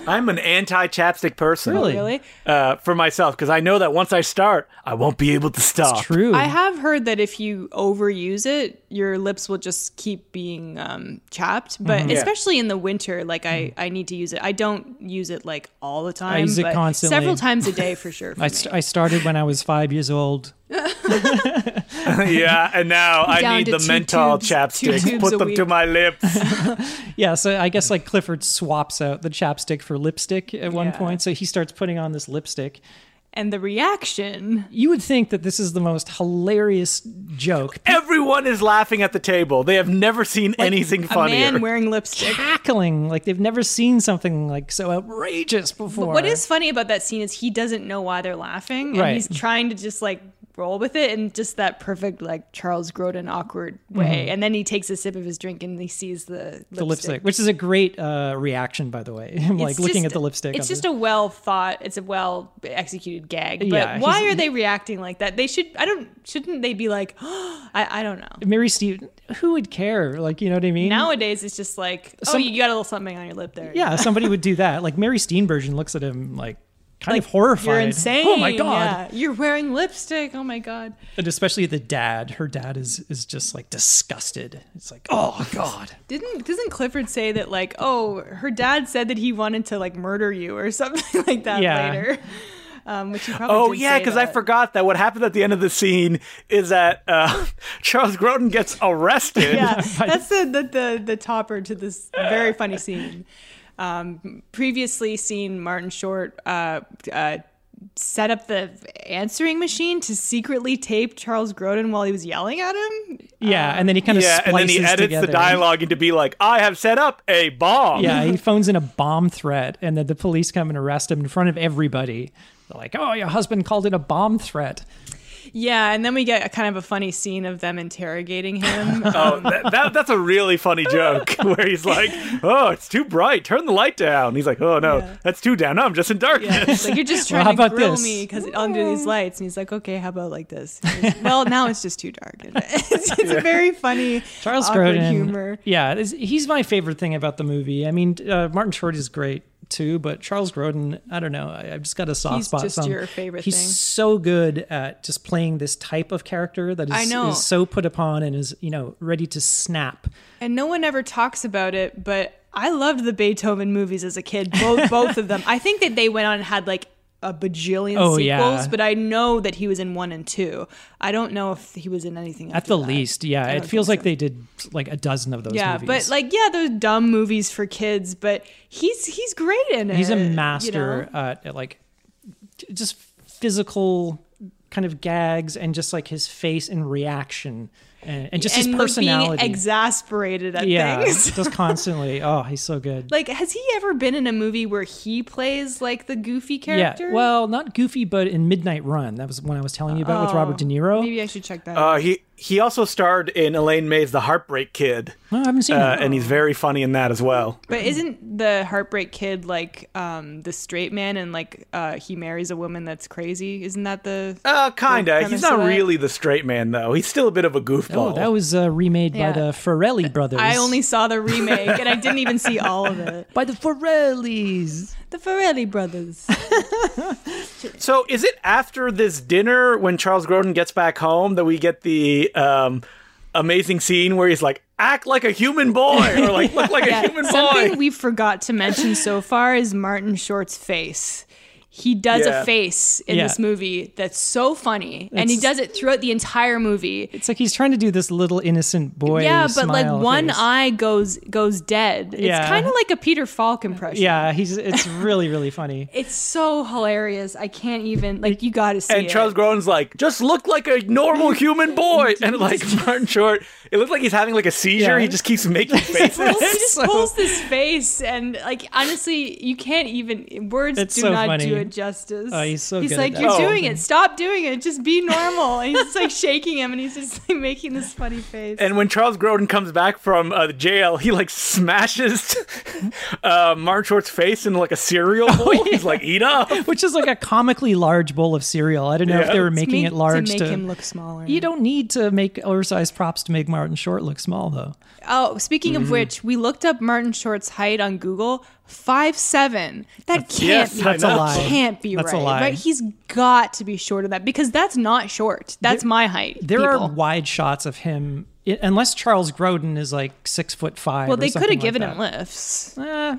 Speaker 2: I'm an anti-chapstick person.
Speaker 3: Really?
Speaker 1: really?
Speaker 2: Uh, for myself, because I know that once I start, I won't be able to stop.
Speaker 3: True.
Speaker 1: I have heard that if you overuse it, your lips will just keep being um, chapped. But
Speaker 3: Mm-hmm.
Speaker 2: Yeah.
Speaker 1: especially in the winter, like I, I need to use it. I don't use it like all the time.
Speaker 3: use it
Speaker 1: but
Speaker 3: constantly.
Speaker 1: several times a day for sure. for me.
Speaker 3: I, st- I started when I was five years old.
Speaker 2: Yeah, and now I
Speaker 1: Down
Speaker 2: need
Speaker 1: to
Speaker 2: the
Speaker 1: two
Speaker 2: menthol
Speaker 1: tubes- two
Speaker 2: chapstick.
Speaker 1: tubes
Speaker 2: Put
Speaker 1: a
Speaker 2: them to
Speaker 1: week.
Speaker 2: my lips.
Speaker 3: Yeah, so I guess like Clifford swaps out the chapstick for lipstick at one
Speaker 1: Yeah.
Speaker 3: point. So he starts putting on this lipstick.
Speaker 1: and the reaction.
Speaker 3: You would think that this is the most hilarious joke.
Speaker 2: Everyone is laughing at the table. They have never seen anything
Speaker 1: A
Speaker 2: funnier.
Speaker 1: man wearing lipstick.
Speaker 3: Cackling like they've never seen something like so outrageous before.
Speaker 1: What is funny about that scene is he doesn't know why they're laughing, and
Speaker 3: Right.
Speaker 1: he's trying to just like roll with it in just that perfect like Charles Grodin awkward way. And then he takes a sip of his drink and he sees the lipstick.
Speaker 3: Mm-hmm. the lipstick, which is a great uh, reaction, by the way. I'm like
Speaker 1: It's
Speaker 3: looking
Speaker 1: just-
Speaker 3: at the lipstick.
Speaker 1: It's
Speaker 3: on
Speaker 1: just
Speaker 3: the-
Speaker 1: a well thought. It's a well executed gag. But
Speaker 3: Yeah,
Speaker 1: why
Speaker 3: he's-
Speaker 1: are they reacting like that? They should. I don't. Shouldn't they be like? Oh, I, I don't know.
Speaker 3: Mary Steve. Who would care? Like you know what I mean?
Speaker 1: Nowadays, it's just like, oh,
Speaker 3: Some-
Speaker 1: you got a little something on your lip there.
Speaker 3: yeah, somebody would do that. Like Mary Steenburgen looks at him like kind of horrified.
Speaker 1: You're insane.
Speaker 3: Oh my god!
Speaker 1: Yeah. You're wearing lipstick. Oh my god.
Speaker 3: And especially the dad. Her dad is is just like disgusted. It's like oh god.
Speaker 1: Didn't doesn't Clifford say that like, oh, her dad said that he wanted to like murder you or something like that
Speaker 3: Yeah.
Speaker 1: later. Um, which you probably
Speaker 2: Oh
Speaker 1: did
Speaker 2: yeah,
Speaker 1: say
Speaker 2: because I
Speaker 1: that.
Speaker 2: forgot that what happened at the end of the scene is that uh, Charles Grodin gets arrested.
Speaker 1: yeah, that's the, the the the topper to this very funny scene. Um, previously seen Martin Short uh, uh, set up the answering machine to secretly tape Charles Grodin while he was yelling at him.
Speaker 3: Yeah, and then he kind of
Speaker 2: Yeah,
Speaker 3: splices
Speaker 2: and then he edits
Speaker 3: together.
Speaker 2: the dialogue into be like, "I have set up a bomb."
Speaker 3: Yeah, he phones in a bomb threat, and then the police come and arrest him in front of everybody. They're like, "Oh, your husband called it a bomb threat."
Speaker 1: Yeah, and then we get a kind of a funny scene of them interrogating him.
Speaker 2: Oh, that, that, that's a really funny joke where he's like, "Oh, it's too bright. Turn the light down." He's like, "Oh no, that's too down. No, I'm just in
Speaker 1: Yeah,
Speaker 2: darkness."
Speaker 1: it's like you're just trying
Speaker 3: how
Speaker 1: to
Speaker 3: about
Speaker 1: grill
Speaker 3: this?
Speaker 1: me because under these lights, and he's like, "Okay, how about like this?" And he's- well, now it's just too dark. And it's it's a very funny
Speaker 3: Charles
Speaker 1: awkward
Speaker 3: Grodin.
Speaker 1: humor.
Speaker 3: Yeah, it's- he's my favorite thing about the movie. I mean, uh, Martin Short is great too, but Charles Grodin, I don't know, I, I've just got a soft
Speaker 1: He's
Speaker 3: spot.
Speaker 1: just
Speaker 3: for him.
Speaker 1: your favorite
Speaker 3: He's
Speaker 1: thing.
Speaker 3: so good at just playing this type of character that is,
Speaker 1: I know.
Speaker 3: is so put upon and is you know ready to snap.
Speaker 1: And no one ever talks about it, but I loved the Beethoven movies as a kid, both both of them. I think that they went on and had like a bajillion sequels,
Speaker 3: Oh, yeah.
Speaker 1: but I know that he was in one and two. I don't know if he was in anything
Speaker 3: At
Speaker 1: after
Speaker 3: the
Speaker 1: that.
Speaker 3: least, yeah, it feels like they did like a dozen of those.
Speaker 1: Yeah,
Speaker 3: movies.
Speaker 1: but like yeah, those dumb movies for kids, but he's he's great in it.
Speaker 3: he's
Speaker 1: uh,
Speaker 3: a
Speaker 1: you know?
Speaker 3: master at, at like j- just physical kind of gags and just like his face and reaction and, and just
Speaker 1: and
Speaker 3: his
Speaker 1: like,
Speaker 3: personality.
Speaker 1: being exasperated at
Speaker 3: yeah,
Speaker 1: things.
Speaker 3: just constantly. Oh, he's so good.
Speaker 1: Like, has he ever been in a movie where he plays like the goofy character?
Speaker 3: Yeah. Well, not goofy, but in Midnight Run, that was one I was telling you about with Robert De Niro.
Speaker 1: Oh, maybe I should check that. out.
Speaker 2: Uh, he he also starred in Elaine May's The Heartbreak Kid,
Speaker 3: Oh, I haven't seen
Speaker 2: uh,
Speaker 3: it.
Speaker 2: and he's very funny in that as well.
Speaker 1: But isn't the heartbreak kid like um, the straight man and like uh, he marries a woman that's crazy? Isn't that the
Speaker 2: Uh, kinda.
Speaker 1: premise
Speaker 2: He's not
Speaker 1: of it?
Speaker 2: really the straight man though. He's still a bit of a goofball.
Speaker 3: eh? Oh, that was uh, remade
Speaker 1: Yeah.
Speaker 3: by the Ferrelli brothers.
Speaker 1: I only saw the remake and I didn't even see all of it.
Speaker 3: by the Ferrellis.
Speaker 1: The Ferrelli brothers.
Speaker 2: So is it after this dinner when Charles Grodin gets back home that we get the um, amazing scene where he's like, "Act like a human boy," or like, "Look like a human
Speaker 1: Something
Speaker 2: boy"?
Speaker 1: we forgot to mention so far is Martin Short's face. He does
Speaker 2: Yeah.
Speaker 1: a face in
Speaker 3: Yeah.
Speaker 1: this movie that's so funny, and he
Speaker 3: It's-
Speaker 1: does it throughout the entire movie.
Speaker 3: It's like he's trying to do this little innocent boy.
Speaker 1: yeah, but like
Speaker 3: smile
Speaker 1: one
Speaker 3: face.
Speaker 1: eye goes goes dead.
Speaker 3: Yeah.
Speaker 1: It's kind of like a Peter Falk impression.
Speaker 3: Yeah, he's. It's really really funny.
Speaker 1: It's so hilarious. I can't even like you got to see
Speaker 2: And
Speaker 1: it.
Speaker 2: Charles Grodin's like, "Just look like a normal human boy," and like Martin Short, it looks like he's having like a seizure.
Speaker 3: Yeah.
Speaker 2: He just keeps making faces.
Speaker 1: pulls, he just
Speaker 3: So-
Speaker 1: pulls this face, and like honestly, you can't even words
Speaker 3: It's
Speaker 1: do
Speaker 3: so
Speaker 1: not
Speaker 3: funny.
Speaker 1: do it justice.
Speaker 3: Oh, he's so
Speaker 1: he's
Speaker 3: good at
Speaker 1: like
Speaker 3: that.
Speaker 1: you're
Speaker 2: Oh.
Speaker 1: doing it. Stop doing it. Just be normal. and he's like shaking him, and he's just like making this funny face.
Speaker 2: And when Charles Grodin comes back from uh, jail, he like smashes uh, Martin Short's face in like a cereal
Speaker 3: Oh,
Speaker 2: bowl. He's like, "Eat up!"
Speaker 3: which is like a comically large bowl of cereal. I don't know if they were making
Speaker 1: Make-
Speaker 3: it large
Speaker 1: to
Speaker 3: to.
Speaker 1: make him look smaller.
Speaker 3: you don't need to make oversized props to make Martin Short look small, though.
Speaker 1: Oh, speaking
Speaker 3: Mm-hmm.
Speaker 1: of which, we looked up Martin Short's height on Google. Five seven. That can't
Speaker 2: yes,
Speaker 1: be.
Speaker 2: I That's a know.
Speaker 3: lie.
Speaker 1: Can't be
Speaker 3: That's a
Speaker 1: right.
Speaker 3: lie.
Speaker 1: Right? He's got to be shorter than that because that's not short. That's my height.
Speaker 3: There
Speaker 1: people.
Speaker 3: are wide shots of him, i unless Charles Grodin is like six foot five.
Speaker 1: Well, they
Speaker 3: could have
Speaker 1: given him lifts.
Speaker 3: Eh,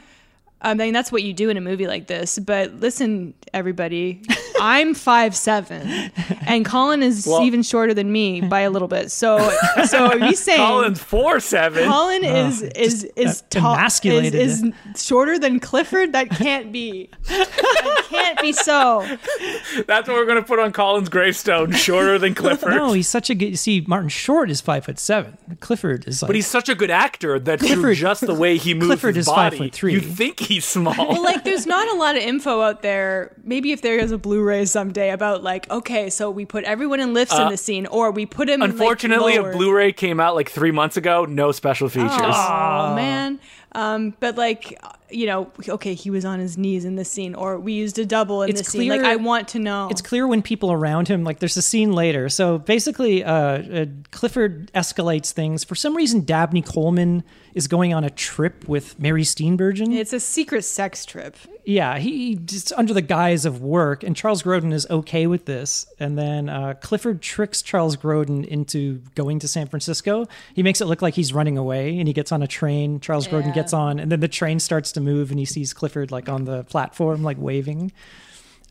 Speaker 1: I mean, that's what you do in a movie like this. But listen, everybody, I'm five seven, and Colin is
Speaker 2: Well-
Speaker 1: even shorter than me by a little bit. So, so are you saying
Speaker 2: Colin's four seven.
Speaker 1: Colin is is is
Speaker 2: e-
Speaker 3: uh,
Speaker 1: tall, is,
Speaker 3: emasculated.
Speaker 1: is shorter than Clifford? That can't be. that can't be so.
Speaker 2: That's what we're gonna put on Colin's gravestone. Shorter than Clifford.
Speaker 3: No, he's such a good. You see, Martin Short is five foot seven. Clifford is like.
Speaker 2: But he's such a good actor that through
Speaker 3: Clifford-
Speaker 2: just the way he moves
Speaker 3: Clifford
Speaker 2: his
Speaker 3: is five
Speaker 2: body,
Speaker 3: foot three.
Speaker 2: you think he's
Speaker 1: Well,
Speaker 2: small.
Speaker 1: like, there's not a lot of info out there. Maybe if there is a Blu-ray someday about like, okay, so we put everyone in lifts in the scene, or we put him. like,
Speaker 2: Uh, Unfortunately,
Speaker 1: lower.
Speaker 2: a Blu-ray came out like three months ago. No special features. Ah.
Speaker 1: Oh man. Um, but like, you know, okay, he was on his knees in this scene, or we used a double in
Speaker 3: It's
Speaker 1: this scene. Like,
Speaker 3: clear-
Speaker 1: I want to know.
Speaker 3: it's clear when people around him like there's a scene later so basically uh, uh, clifford escalates things for some reason dabney coleman is going on a trip with mary steenburgen
Speaker 1: It's a secret sex trip.
Speaker 3: yeah he just under the guise of work and charles grodin is okay with this and then uh, clifford tricks charles grodin into going to san francisco he makes it look like he's running away and he gets on a train charles
Speaker 1: Yeah.
Speaker 3: grodin gets on and then the train starts to move and he sees clifford like on the platform like waving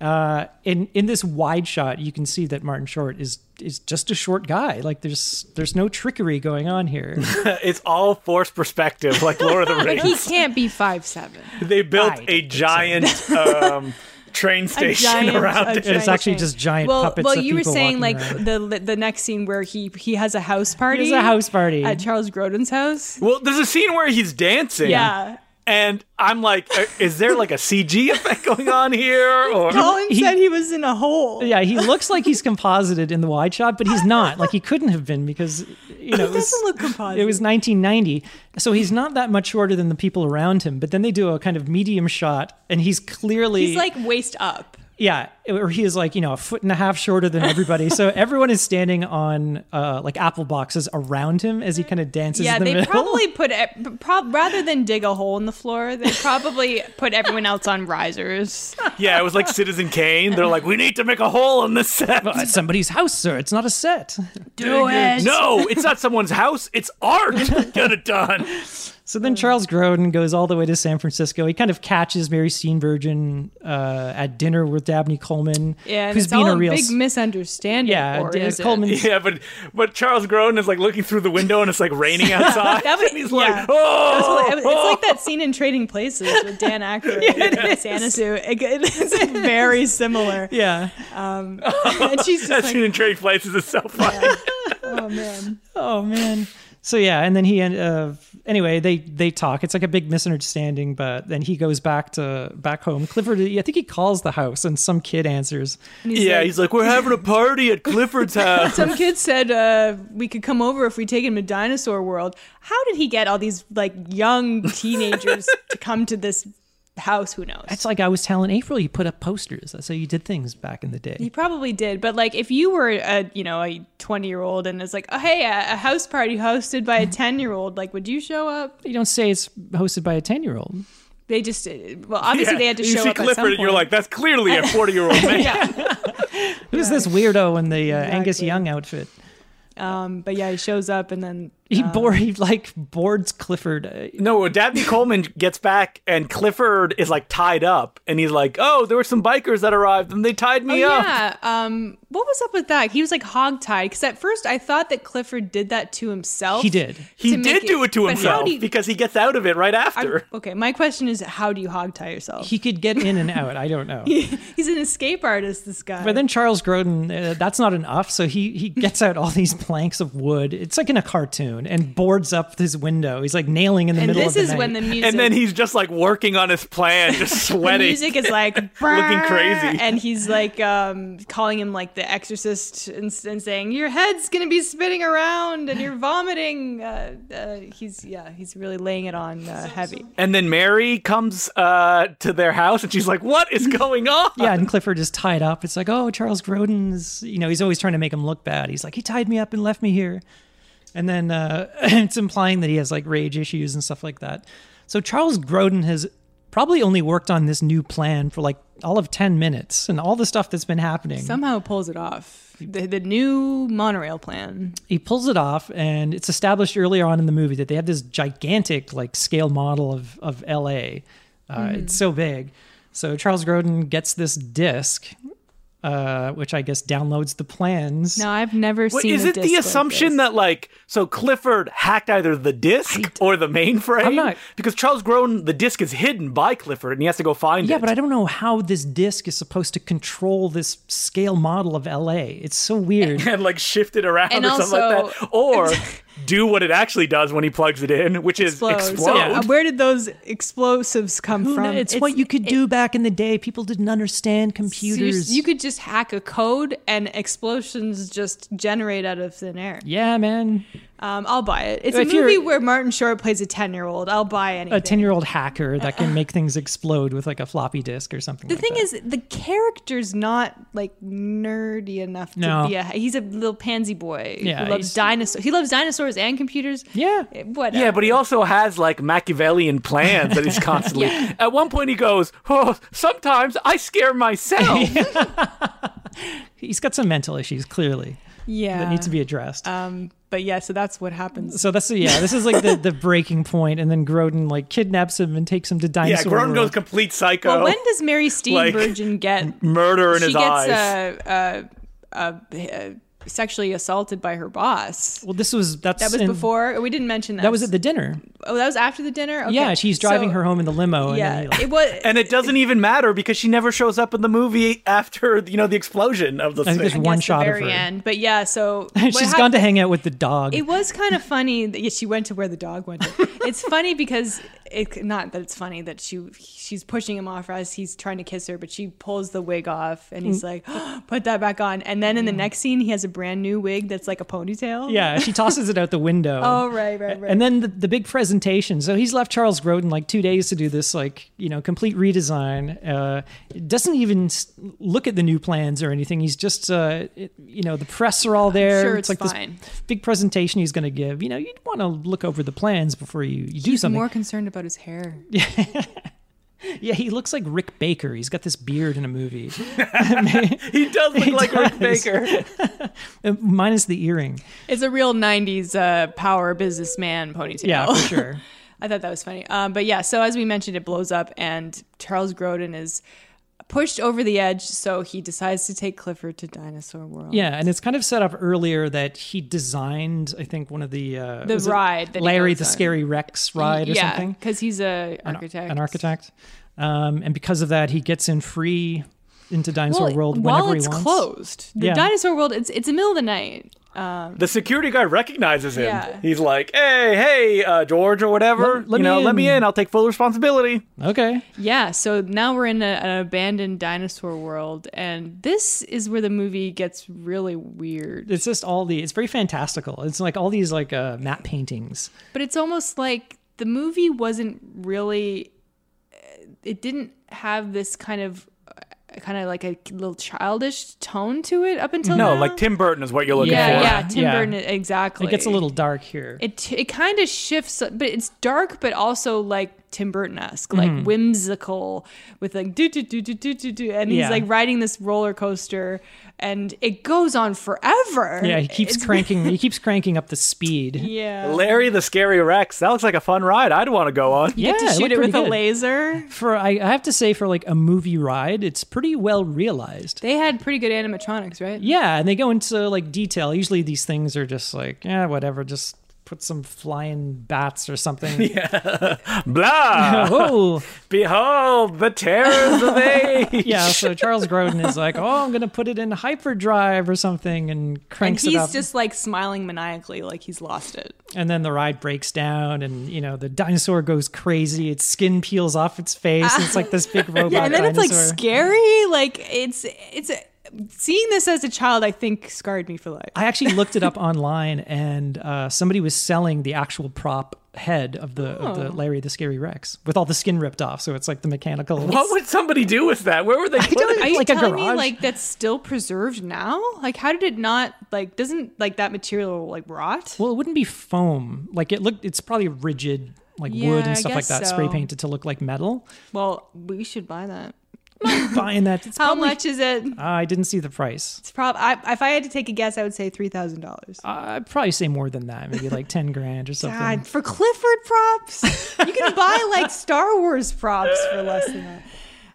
Speaker 3: uh, in in this wide shot, you can see that Martin Short is is just a short guy. Like there's there's no trickery going on here.
Speaker 2: Uh, it's all forced perspective, like Lord of the Rings.
Speaker 1: He can't be five seven.
Speaker 2: They built
Speaker 3: I don't
Speaker 2: a giant um, train station
Speaker 1: giant-
Speaker 2: around
Speaker 1: a
Speaker 2: it.
Speaker 1: giant
Speaker 3: actually
Speaker 1: train.
Speaker 3: just giant
Speaker 1: well,
Speaker 3: puppets
Speaker 1: Well,
Speaker 3: of
Speaker 1: you were
Speaker 3: people
Speaker 1: saying like
Speaker 3: walking
Speaker 1: the the next scene where he he has a house party.
Speaker 3: There's a house party.
Speaker 1: at Charles Grodin's house. Uh,
Speaker 2: Well, there's a scene where he's dancing.
Speaker 1: Yeah.
Speaker 2: And I'm like, uh, is there like a CG effect going on here? Or
Speaker 1: Colin
Speaker 3: He-
Speaker 1: said he was in a hole.
Speaker 3: yeah, he looks like he's composited in the wide shot, but he's not. Like he couldn't have been because you know it was,
Speaker 1: doesn't look composited.
Speaker 3: It was 1990, so he's not that much shorter than the people around him. But then they do a kind of medium shot, and he's clearly
Speaker 1: He's like waist up.
Speaker 3: yeah, or he is like you know a foot and a half shorter than everybody. so everyone is standing on uh, like apple boxes around him as he kind of dances.
Speaker 1: Yeah,
Speaker 3: in the
Speaker 1: they
Speaker 3: middle.
Speaker 1: probably put e- prob- rather than dig a hole in the floor, they probably put everyone else on risers.
Speaker 2: yeah, it was like Citizen Kane. They're like, we need to make a hole in this set.
Speaker 3: It's somebody's house, sir. It's not a set.
Speaker 1: Do it.
Speaker 2: No, it's not someone's house. It's art. Get it done.
Speaker 3: So then Charles Grodin goes all the way to San Francisco. He kind of catches Mary Steenburgen uh, at dinner with Dabney Coleman,
Speaker 1: Yeah, and
Speaker 3: who's
Speaker 1: it's
Speaker 3: being
Speaker 1: all
Speaker 3: a real
Speaker 1: big
Speaker 3: s-
Speaker 1: misunderstanding.
Speaker 3: yeah.
Speaker 1: or
Speaker 3: D-
Speaker 1: is it?
Speaker 3: Coleman,
Speaker 2: Yeah, but but Charles Grodin is like looking through the window and it's like raining outside.
Speaker 1: That was-
Speaker 2: and he's
Speaker 1: yeah.
Speaker 2: like, oh,
Speaker 1: It's like that scene in Trading Places with Dan Aykroyd and Santa Sue. It, it's very similar.
Speaker 3: yeah.
Speaker 1: Um, and she's
Speaker 2: That
Speaker 1: just
Speaker 2: scene
Speaker 1: like,
Speaker 2: in Trading Places is so funny.
Speaker 1: oh man.
Speaker 3: Oh man. So yeah, and then he and uh, anyway they they talk. It's like a big misunderstanding, but then he goes back to back home. Clifford, I think he calls the house, and some kid answers.
Speaker 2: yeah, he's like, we're having a party at Clifford's house.
Speaker 1: Some kid said uh, we could come over if we take him to Dinosaur World. How did he get all these like young teenagers to come to this house? Who knows?
Speaker 3: It's like I was telling April, you put up posters. That's how you did things back in the day.
Speaker 1: He probably did, but like if you were a you know a twenty year old and it's like oh hey a, a house party hosted by a ten year old like would you show up?
Speaker 3: You don't say it's hosted by a ten year old.
Speaker 1: They just well obviously
Speaker 2: Yeah,
Speaker 1: they had to
Speaker 2: you
Speaker 1: show
Speaker 2: see
Speaker 1: up. at
Speaker 2: Clifford
Speaker 1: some
Speaker 2: and you're
Speaker 1: point.
Speaker 2: like, that's clearly a 40 year old man.
Speaker 1: yeah.
Speaker 3: Who's this weirdo in the uh, Angus
Speaker 1: Exactly.
Speaker 3: Young outfit?
Speaker 1: Um, but yeah, he shows up and then
Speaker 3: He bore he like boards Clifford. Uh,
Speaker 2: No, Dabney Coleman gets back and Clifford is like tied up and he's like, oh, there were some bikers that arrived and they tied me up.
Speaker 1: Oh, yeah. Um, what was up with that? He was like hogtied because at first I thought that Clifford did that to himself.
Speaker 3: He did.
Speaker 2: He
Speaker 1: to make
Speaker 2: did do it to
Speaker 1: but how
Speaker 2: himself
Speaker 1: do you-
Speaker 2: because he gets out of it right
Speaker 1: I,
Speaker 2: after.
Speaker 1: okay, my question is how do you hogtie yourself?
Speaker 3: He could get in and out. I don't know.
Speaker 1: He's an escape artist. This guy.
Speaker 3: But then Charles Grodin, uh, that's not enough. So he he gets out all these planks of wood. It's like in a cartoon, and boards up his window. He's like nailing in the
Speaker 1: and
Speaker 3: middle
Speaker 1: this
Speaker 3: of the
Speaker 1: is when the
Speaker 3: night.
Speaker 1: music.
Speaker 2: and then he's just like working on his plan, just
Speaker 1: the
Speaker 2: sweating.
Speaker 1: music is like
Speaker 2: Looking crazy.
Speaker 1: and he's like um, calling him like the exorcist and, and saying your head's gonna be spinning around and you're vomiting uh, uh, he's yeah he's really laying it on uh, heavy
Speaker 2: And then Mary comes uh, to their house and she's like, What is going on?
Speaker 3: yeah, and Clifford is tied up. It's like, oh, Charles Grodin's, you know, he's always trying to make him look bad. He's like, he tied me up and left me here. And then uh, it's implying that he has like rage issues and stuff like that. So Charles Grodin has probably only worked on this new plan for like all of 10 minutes and all the stuff that's been happening.
Speaker 1: somehow pulls it off the, the new monorail plan
Speaker 3: he pulls it off and it's established earlier on in the movie that they have this gigantic like scale model of of LA Uh,
Speaker 1: Mm-hmm.
Speaker 3: It's so big. So Charles Grodin gets this disc, uh, which I guess downloads the plans.
Speaker 1: No, I've never
Speaker 2: Wait,
Speaker 1: seen.
Speaker 2: is
Speaker 1: a
Speaker 2: it
Speaker 1: disc
Speaker 2: the
Speaker 1: like
Speaker 2: assumption
Speaker 1: this.
Speaker 2: that like so Clifford hacked either the disk or the mainframe?
Speaker 3: I'm not-
Speaker 2: because Charles Grodin, the disk is hidden by Clifford, and he has to go find
Speaker 3: Yeah,
Speaker 2: it.
Speaker 3: but I don't know how this disc is supposed to control this scale model of LA. It's so weird.
Speaker 2: and like shift it around
Speaker 1: And
Speaker 2: or something like
Speaker 1: also-
Speaker 2: that, or do what it actually does when he plugs it in, which is
Speaker 1: Explode.
Speaker 2: explode.
Speaker 1: So, uh, where did those explosives come
Speaker 3: Who kno-
Speaker 1: from?
Speaker 3: it's, what you could do back in the day. People didn't understand
Speaker 1: so you-
Speaker 3: computers.
Speaker 1: You could just hack a code and explosions just generate out of thin air.
Speaker 3: yeah, man.
Speaker 1: Um, I'll buy it. It's
Speaker 3: If
Speaker 1: a
Speaker 3: you're-
Speaker 1: movie where Martin Short plays a ten-year-old. I'll buy anything.
Speaker 3: A 10 year old hacker that can make things explode with like a floppy disk or something
Speaker 1: Uh, the
Speaker 3: like
Speaker 1: thing is,
Speaker 3: that.
Speaker 1: the character's not like nerdy enough
Speaker 3: No.
Speaker 1: to be a. He's a little pansy boy.
Speaker 3: Yeah,
Speaker 1: who loves
Speaker 3: he's-
Speaker 1: dinosaurs. He loves dinosaurs and computers.
Speaker 3: Yeah.
Speaker 1: Eh, Whatever.
Speaker 2: Yeah, but he also has like Machiavellian plans that he's constantly. At one point, he goes, "Oh, sometimes I scare myself."
Speaker 1: Oh.
Speaker 3: He's got some mental issues, clearly,
Speaker 1: yeah.
Speaker 3: that need to be addressed.
Speaker 1: Um, but yeah, so that's what happens.
Speaker 3: so that's yeah. This is like the, the breaking point, and then Groden like kidnaps him and takes him to
Speaker 2: yeah,
Speaker 3: dinosaur.
Speaker 2: Grodin
Speaker 3: World.
Speaker 2: goes complete psycho,
Speaker 1: Well, when does Mary Steenburgen get?
Speaker 2: murder in
Speaker 1: She
Speaker 2: his
Speaker 1: gets
Speaker 2: eyes.
Speaker 1: uh, uh, uh, uh, sexually assaulted by her boss.
Speaker 3: Well, this was that's
Speaker 1: That was
Speaker 3: in-
Speaker 1: before. We didn't mention that.
Speaker 3: That was at the dinner.
Speaker 1: oh, that was after the dinner. Okay.
Speaker 3: Yeah, she's driving
Speaker 1: So,
Speaker 3: her home in the limo. And then
Speaker 1: Yeah,
Speaker 3: he, like-
Speaker 1: it was.
Speaker 2: and it doesn't even matter because she never shows up in the movie after you know the explosion of the
Speaker 3: I think
Speaker 2: thing.
Speaker 3: there's one
Speaker 1: That's the
Speaker 3: shot of
Speaker 1: very
Speaker 3: her.
Speaker 1: end. But yeah, so
Speaker 3: She's
Speaker 1: what
Speaker 3: gone
Speaker 1: happened-
Speaker 3: to hang out with the dog.
Speaker 1: It was kind of funny that yeah, she went to where the dog went. to. it's funny because it not that it's funny that she she's pushing him off as he's trying to kiss her, but she pulls the wig off and
Speaker 3: Mm.
Speaker 1: he's like, "Oh, "Put that back on." And then in the next scene, he has a brand new wig that's like a ponytail.
Speaker 3: yeah, she tosses it out the window.
Speaker 1: Oh right, right, right.
Speaker 3: And then the, the big presentation. So he's left Charles Grodin like two days to do this, like, you know, complete redesign. Uh, doesn't even s- look at the new plans or anything. He's just, uh, it- you know, the press are all there.
Speaker 1: sure it's
Speaker 3: like
Speaker 1: fine.
Speaker 3: this big presentation he's going to give. You know, you'd want to look over the plans before you, you do
Speaker 1: he's
Speaker 3: something.
Speaker 1: more concerned about his hair.
Speaker 3: yeah, he looks like Rick Baker. He's got this beard in a movie,
Speaker 2: he does look like Rick Baker.
Speaker 3: Uh, minus the earring.
Speaker 1: It's a real '90s uh, power businessman ponytail.
Speaker 3: Yeah, for sure.
Speaker 1: I thought that was funny. Um, but yeah, so as we mentioned, it blows up, and Charles Grodin is pushed over the edge, so he decides to take Clifford to Dinosaur World.
Speaker 3: Yeah, and it's kind of set up earlier that he designed, I think, one of the uh,
Speaker 1: The
Speaker 3: was it
Speaker 1: ride that he
Speaker 3: Larry
Speaker 1: goes
Speaker 3: the
Speaker 1: on.
Speaker 3: Scary Rex ride or something.
Speaker 1: because he's a architect.
Speaker 3: An architect, um, and because of that, he gets in free into Dinosaur
Speaker 1: Well,
Speaker 3: World
Speaker 1: while
Speaker 3: whenever
Speaker 1: it's
Speaker 3: he wants.
Speaker 1: closed, the
Speaker 3: Yeah.
Speaker 1: Dinosaur World. It's it's the middle of the night. Um,
Speaker 2: The security guard recognizes him.
Speaker 1: Yeah.
Speaker 2: He's like, "Hey, hey, uh, George or whatever.
Speaker 3: Let- let
Speaker 2: you
Speaker 3: me
Speaker 2: know, let me
Speaker 3: in.
Speaker 2: in. I'll take full responsibility."
Speaker 3: Okay,
Speaker 1: Yeah, so now we're in a, an abandoned dinosaur world, and this is where the movie gets really weird.
Speaker 3: it's just all the. It's very fantastical. It's like all these like uh, map paintings.
Speaker 1: But it's almost like the movie wasn't really. uh, It didn't have this kind of, kind of like a little childish tone to it up until
Speaker 2: No,
Speaker 1: now.
Speaker 2: like Tim Burton is what you're looking
Speaker 1: yeah,
Speaker 2: for.
Speaker 1: yeah, Tim
Speaker 3: Yeah.
Speaker 1: Burton exactly.
Speaker 3: It gets a little dark here.
Speaker 1: It t- it kind of shifts, but it's dark, but also like Tim Burton esque,
Speaker 3: Mm-hmm.
Speaker 1: like whimsical, with like do do do do do do do, and
Speaker 3: Yeah.
Speaker 1: he's like riding this roller coaster, and it goes on forever.
Speaker 3: yeah, he keeps
Speaker 1: It's-
Speaker 3: cranking. he keeps cranking up the speed.
Speaker 1: Yeah,
Speaker 2: Larry the Scary Rex. That looks like a fun ride. I'd want to go on.
Speaker 1: you get
Speaker 3: Yeah, it
Speaker 1: to shoot
Speaker 3: looked
Speaker 1: it with
Speaker 3: pretty
Speaker 1: a
Speaker 3: good.
Speaker 1: laser.
Speaker 3: For I, I have to say, for like a movie ride, it's pretty well realized.
Speaker 1: They had pretty good animatronics, right?
Speaker 3: Yeah, and they go into like detail. Usually these things are just like, yeah, whatever, just put some flying bats or something.
Speaker 2: Blah!
Speaker 3: Oh,
Speaker 2: Behold the terrors of age.
Speaker 3: yeah. So Charles Grodin is like, oh, I'm gonna put it in hyperdrive or something, and
Speaker 1: And
Speaker 3: cranks it
Speaker 1: he's
Speaker 3: up,
Speaker 1: just like smiling maniacally, like he's lost it.
Speaker 3: and then the ride breaks down, and you know the dinosaur goes crazy. Its skin peels off its face. and it's like this big robot.
Speaker 1: and then it's like
Speaker 3: dinosaur.
Speaker 1: scary. Like it's it's seeing this as a child, I think scarred me for life.
Speaker 3: I actually looked it up online, and uh, somebody was selling the actual prop head of the, of
Speaker 1: Oh.
Speaker 3: the Larry the Scary Rex with all the skin ripped off. So it's like the mechanical.
Speaker 2: What would somebody do with that? Where were they? put
Speaker 3: don't-
Speaker 2: it?
Speaker 1: Are you
Speaker 3: like a
Speaker 1: telling me
Speaker 3: garage?
Speaker 1: like that's still preserved now? Like how did it not like doesn't like that material like rot?
Speaker 3: Well, it wouldn't be foam. Like it looked, it's probably rigid, like
Speaker 1: Yeah,
Speaker 3: wood
Speaker 1: I
Speaker 3: and stuff like
Speaker 1: guess
Speaker 3: that, spray
Speaker 1: so.
Speaker 3: painted to look like metal.
Speaker 1: Well, we should buy that.
Speaker 3: I'm buying that. It's
Speaker 1: How
Speaker 3: probably-
Speaker 1: much is it?
Speaker 3: I didn't see the price.
Speaker 1: It's prob. I, if I had to take a guess, I would say three thousand dollars.
Speaker 3: I'd probably say more than that, maybe like ten grand or something.
Speaker 1: God, for Clifford props, you can buy like Star Wars props for less than that.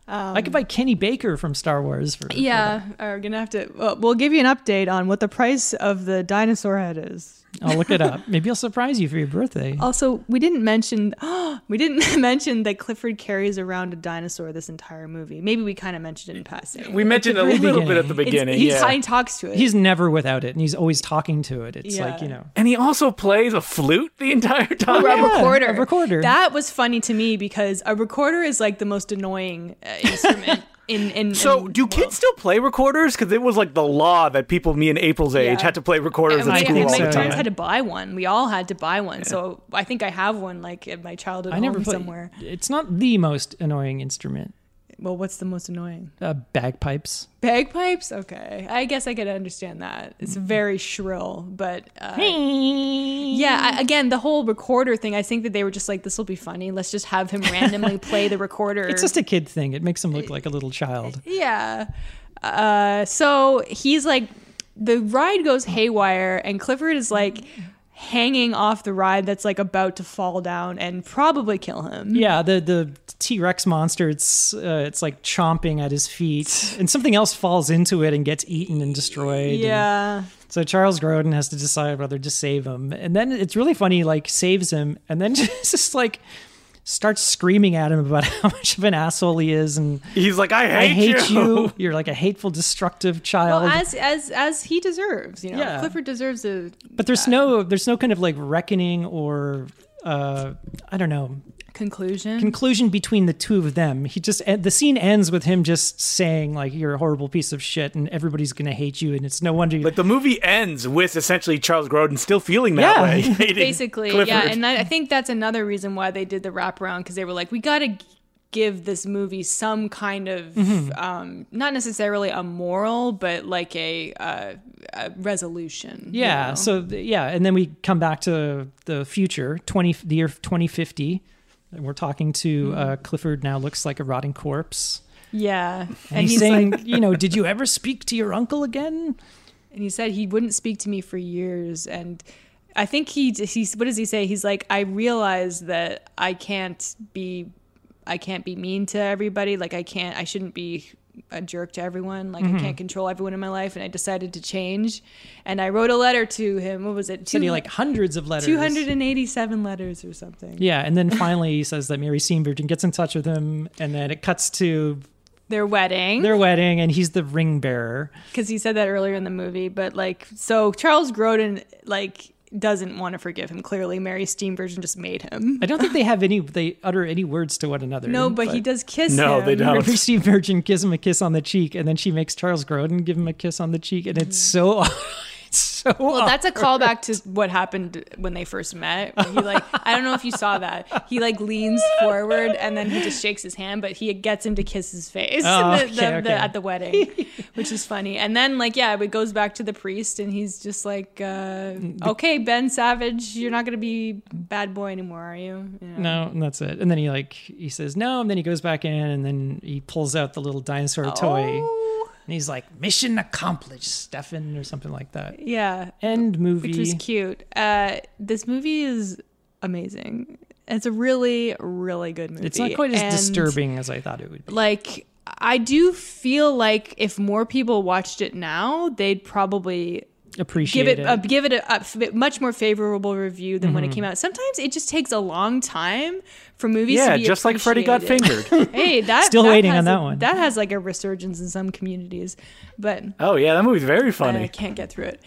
Speaker 3: I could buy Kenny Baker from Star Wars
Speaker 1: um,
Speaker 3: for
Speaker 1: Yeah, we're gonna have to. Well, we'll give you an update on what the price of the dinosaur head is.
Speaker 3: I'll look it up. Maybe I'll surprise you for your birthday.
Speaker 1: Also, we didn't mention we didn't mention that Clifford carries around a dinosaur this entire movie. Maybe we kind of mentioned it in passing.
Speaker 2: We mentioned a
Speaker 3: very
Speaker 2: little bit at the
Speaker 1: It's-
Speaker 2: beginning.
Speaker 1: he's-
Speaker 2: yeah.
Speaker 1: he talks to it.
Speaker 3: He's never without it, and he's always talking to it. It's
Speaker 1: Yeah.
Speaker 3: like you know,
Speaker 2: and he also plays a flute the entire time.
Speaker 1: a
Speaker 3: Yeah,
Speaker 1: recorder.
Speaker 3: a recorder.
Speaker 1: That was funny to me because a recorder is like the most annoying uh, instrument in in.
Speaker 2: So,
Speaker 1: in
Speaker 2: do
Speaker 1: the
Speaker 2: kids
Speaker 1: world.
Speaker 2: still play recorders? Because it was like the law that people me and April's age
Speaker 1: Yeah.
Speaker 2: had to play recorders
Speaker 1: And
Speaker 2: at
Speaker 1: my,
Speaker 2: school
Speaker 1: and
Speaker 2: all
Speaker 1: my
Speaker 2: the
Speaker 1: parents
Speaker 2: time.
Speaker 1: had to buy one. We all had to buy one. So I think I have one like in my childhood
Speaker 3: I never
Speaker 1: home
Speaker 3: play.
Speaker 1: somewhere.
Speaker 3: It's not the most annoying instrument.
Speaker 1: Well, what's the most annoying?
Speaker 3: Uh, bagpipes.
Speaker 1: Bagpipes? Okay. I guess I could understand that. It's
Speaker 3: Mm-hmm.
Speaker 1: very shrill, but uh,
Speaker 3: Yeah.
Speaker 1: yeah, I, again, the whole recorder thing, I think that they were just like, this will be funny. Let's just have him randomly play the recorder.
Speaker 3: It's just a kid thing. It makes him look like a little child.
Speaker 1: Yeah. Uh, so he's like, the ride goes haywire, and Clifford is like
Speaker 3: Mm-hmm.
Speaker 1: hanging off the ride that's like about to fall down and probably kill him.
Speaker 3: Yeah, the the T Rex monster. It's uh, it's like chomping at his feet, and something else falls into it and gets eaten and destroyed. and-
Speaker 1: Yeah.
Speaker 3: So Charles Grodin has to decide whether to save him. And then it's really funny, like saves him and then just, just like starts screaming at him about how much of an asshole he is and
Speaker 2: He's like, I hate,
Speaker 3: I hate you. you. are like a hateful, destructive child.
Speaker 1: Well, as as as he deserves, you know,
Speaker 3: Yeah.
Speaker 1: Clifford deserves a
Speaker 3: but there's
Speaker 1: uh,
Speaker 3: no there's no kind of like reckoning or uh I don't know
Speaker 1: conclusion.
Speaker 3: conclusion between the two of them. He just and the scene ends with him just saying like you're a horrible piece of shit and everybody's gonna hate you and it's no wonder you
Speaker 2: Like the movie ends with essentially Charles Grodin still feeling that
Speaker 3: Yeah.
Speaker 2: way, hating
Speaker 1: basically
Speaker 2: Clifford.
Speaker 1: yeah and I, I think that's another reason why they did the wraparound because they were like we gotta g- give this movie some kind of
Speaker 3: Mm-hmm.
Speaker 1: um, not necessarily a moral but like a, uh, a resolution you
Speaker 3: Yeah.
Speaker 1: know?
Speaker 3: So th- yeah, and then we come back to the future, twenty the year twenty fifty, and we're talking to uh,
Speaker 1: Mm-hmm.
Speaker 3: Clifford. Now looks like a rotting corpse,
Speaker 1: yeah
Speaker 3: and,
Speaker 1: and
Speaker 3: he's,
Speaker 1: he's
Speaker 3: saying,
Speaker 1: like
Speaker 3: you know, did you ever speak to your uncle again?
Speaker 1: and he said he wouldn't speak to me for years and i think he d- he's what does he say he's like i realize that i can't be i can't be mean to everybody like i can't i shouldn't be a jerk to everyone like
Speaker 3: Mm-hmm.
Speaker 1: i can't control everyone in my life and i decided to change and i wrote a letter to him what was it
Speaker 3: Said he like hundreds of letters.
Speaker 1: 287 letters or something
Speaker 3: Yeah, and then finally he says that Mary Steenburgen gets in touch with him, and then it cuts to
Speaker 1: their wedding
Speaker 3: their wedding, and he's the ring bearer.
Speaker 1: because he said that earlier in the movie. But like, so Charles Grodin like doesn't want to forgive him. Clearly, Mary Steenburgen just made him.
Speaker 3: I don't think they have any. They utter any words to one another.
Speaker 1: No, but, he does kiss
Speaker 2: No,
Speaker 1: him.
Speaker 2: they don't.
Speaker 3: Mary Steenburgen gives him a kiss on the cheek, and then she makes Charles Grodin give him a kiss on the cheek, and it's
Speaker 1: Mm.
Speaker 3: so. It's so
Speaker 1: Well, that's a callback to what happened when they first met. When he like, I don't know if you saw that. He like leans forward and then he just shakes his hand, but he gets him to kiss his face
Speaker 3: Oh,
Speaker 1: the- the-
Speaker 3: okay,
Speaker 1: the-
Speaker 3: okay.
Speaker 1: at the wedding, which is funny. And then like, yeah, it goes back to the priest, and he's just like, uh, "Okay, Ben Savage, you're not gonna be bad boy anymore, are you?" You know.
Speaker 3: No, and that's it. And then he like he says no, and then he goes back in, and then he pulls out the little dinosaur toy,
Speaker 1: Oh,
Speaker 3: and he's like, "Mission accomplished, Stefan," or something like that.
Speaker 1: yeah,
Speaker 3: End
Speaker 1: which was
Speaker 3: movie.
Speaker 1: cute. Uh, this movie is amazing. It's a really, really good movie.
Speaker 3: It's not quite as
Speaker 1: And,
Speaker 3: disturbing as I thought it would be.
Speaker 1: Like, I do feel like if more people watched it now, they'd probably
Speaker 3: Appreciate
Speaker 1: give it,
Speaker 3: it. Mm-hmm.
Speaker 1: A, give it a, a f- much more favorable review than when it came out. Sometimes it just takes a long time for movies. to
Speaker 2: yeah,
Speaker 1: be
Speaker 2: just like Freddy got
Speaker 1: appreciated.
Speaker 2: fingered.
Speaker 1: Hey, that
Speaker 3: Still waiting on
Speaker 1: has a-
Speaker 3: that one.
Speaker 1: That has like a resurgence in some communities, but
Speaker 2: oh yeah, that movie's very
Speaker 1: I
Speaker 2: funny.
Speaker 1: can't get through it.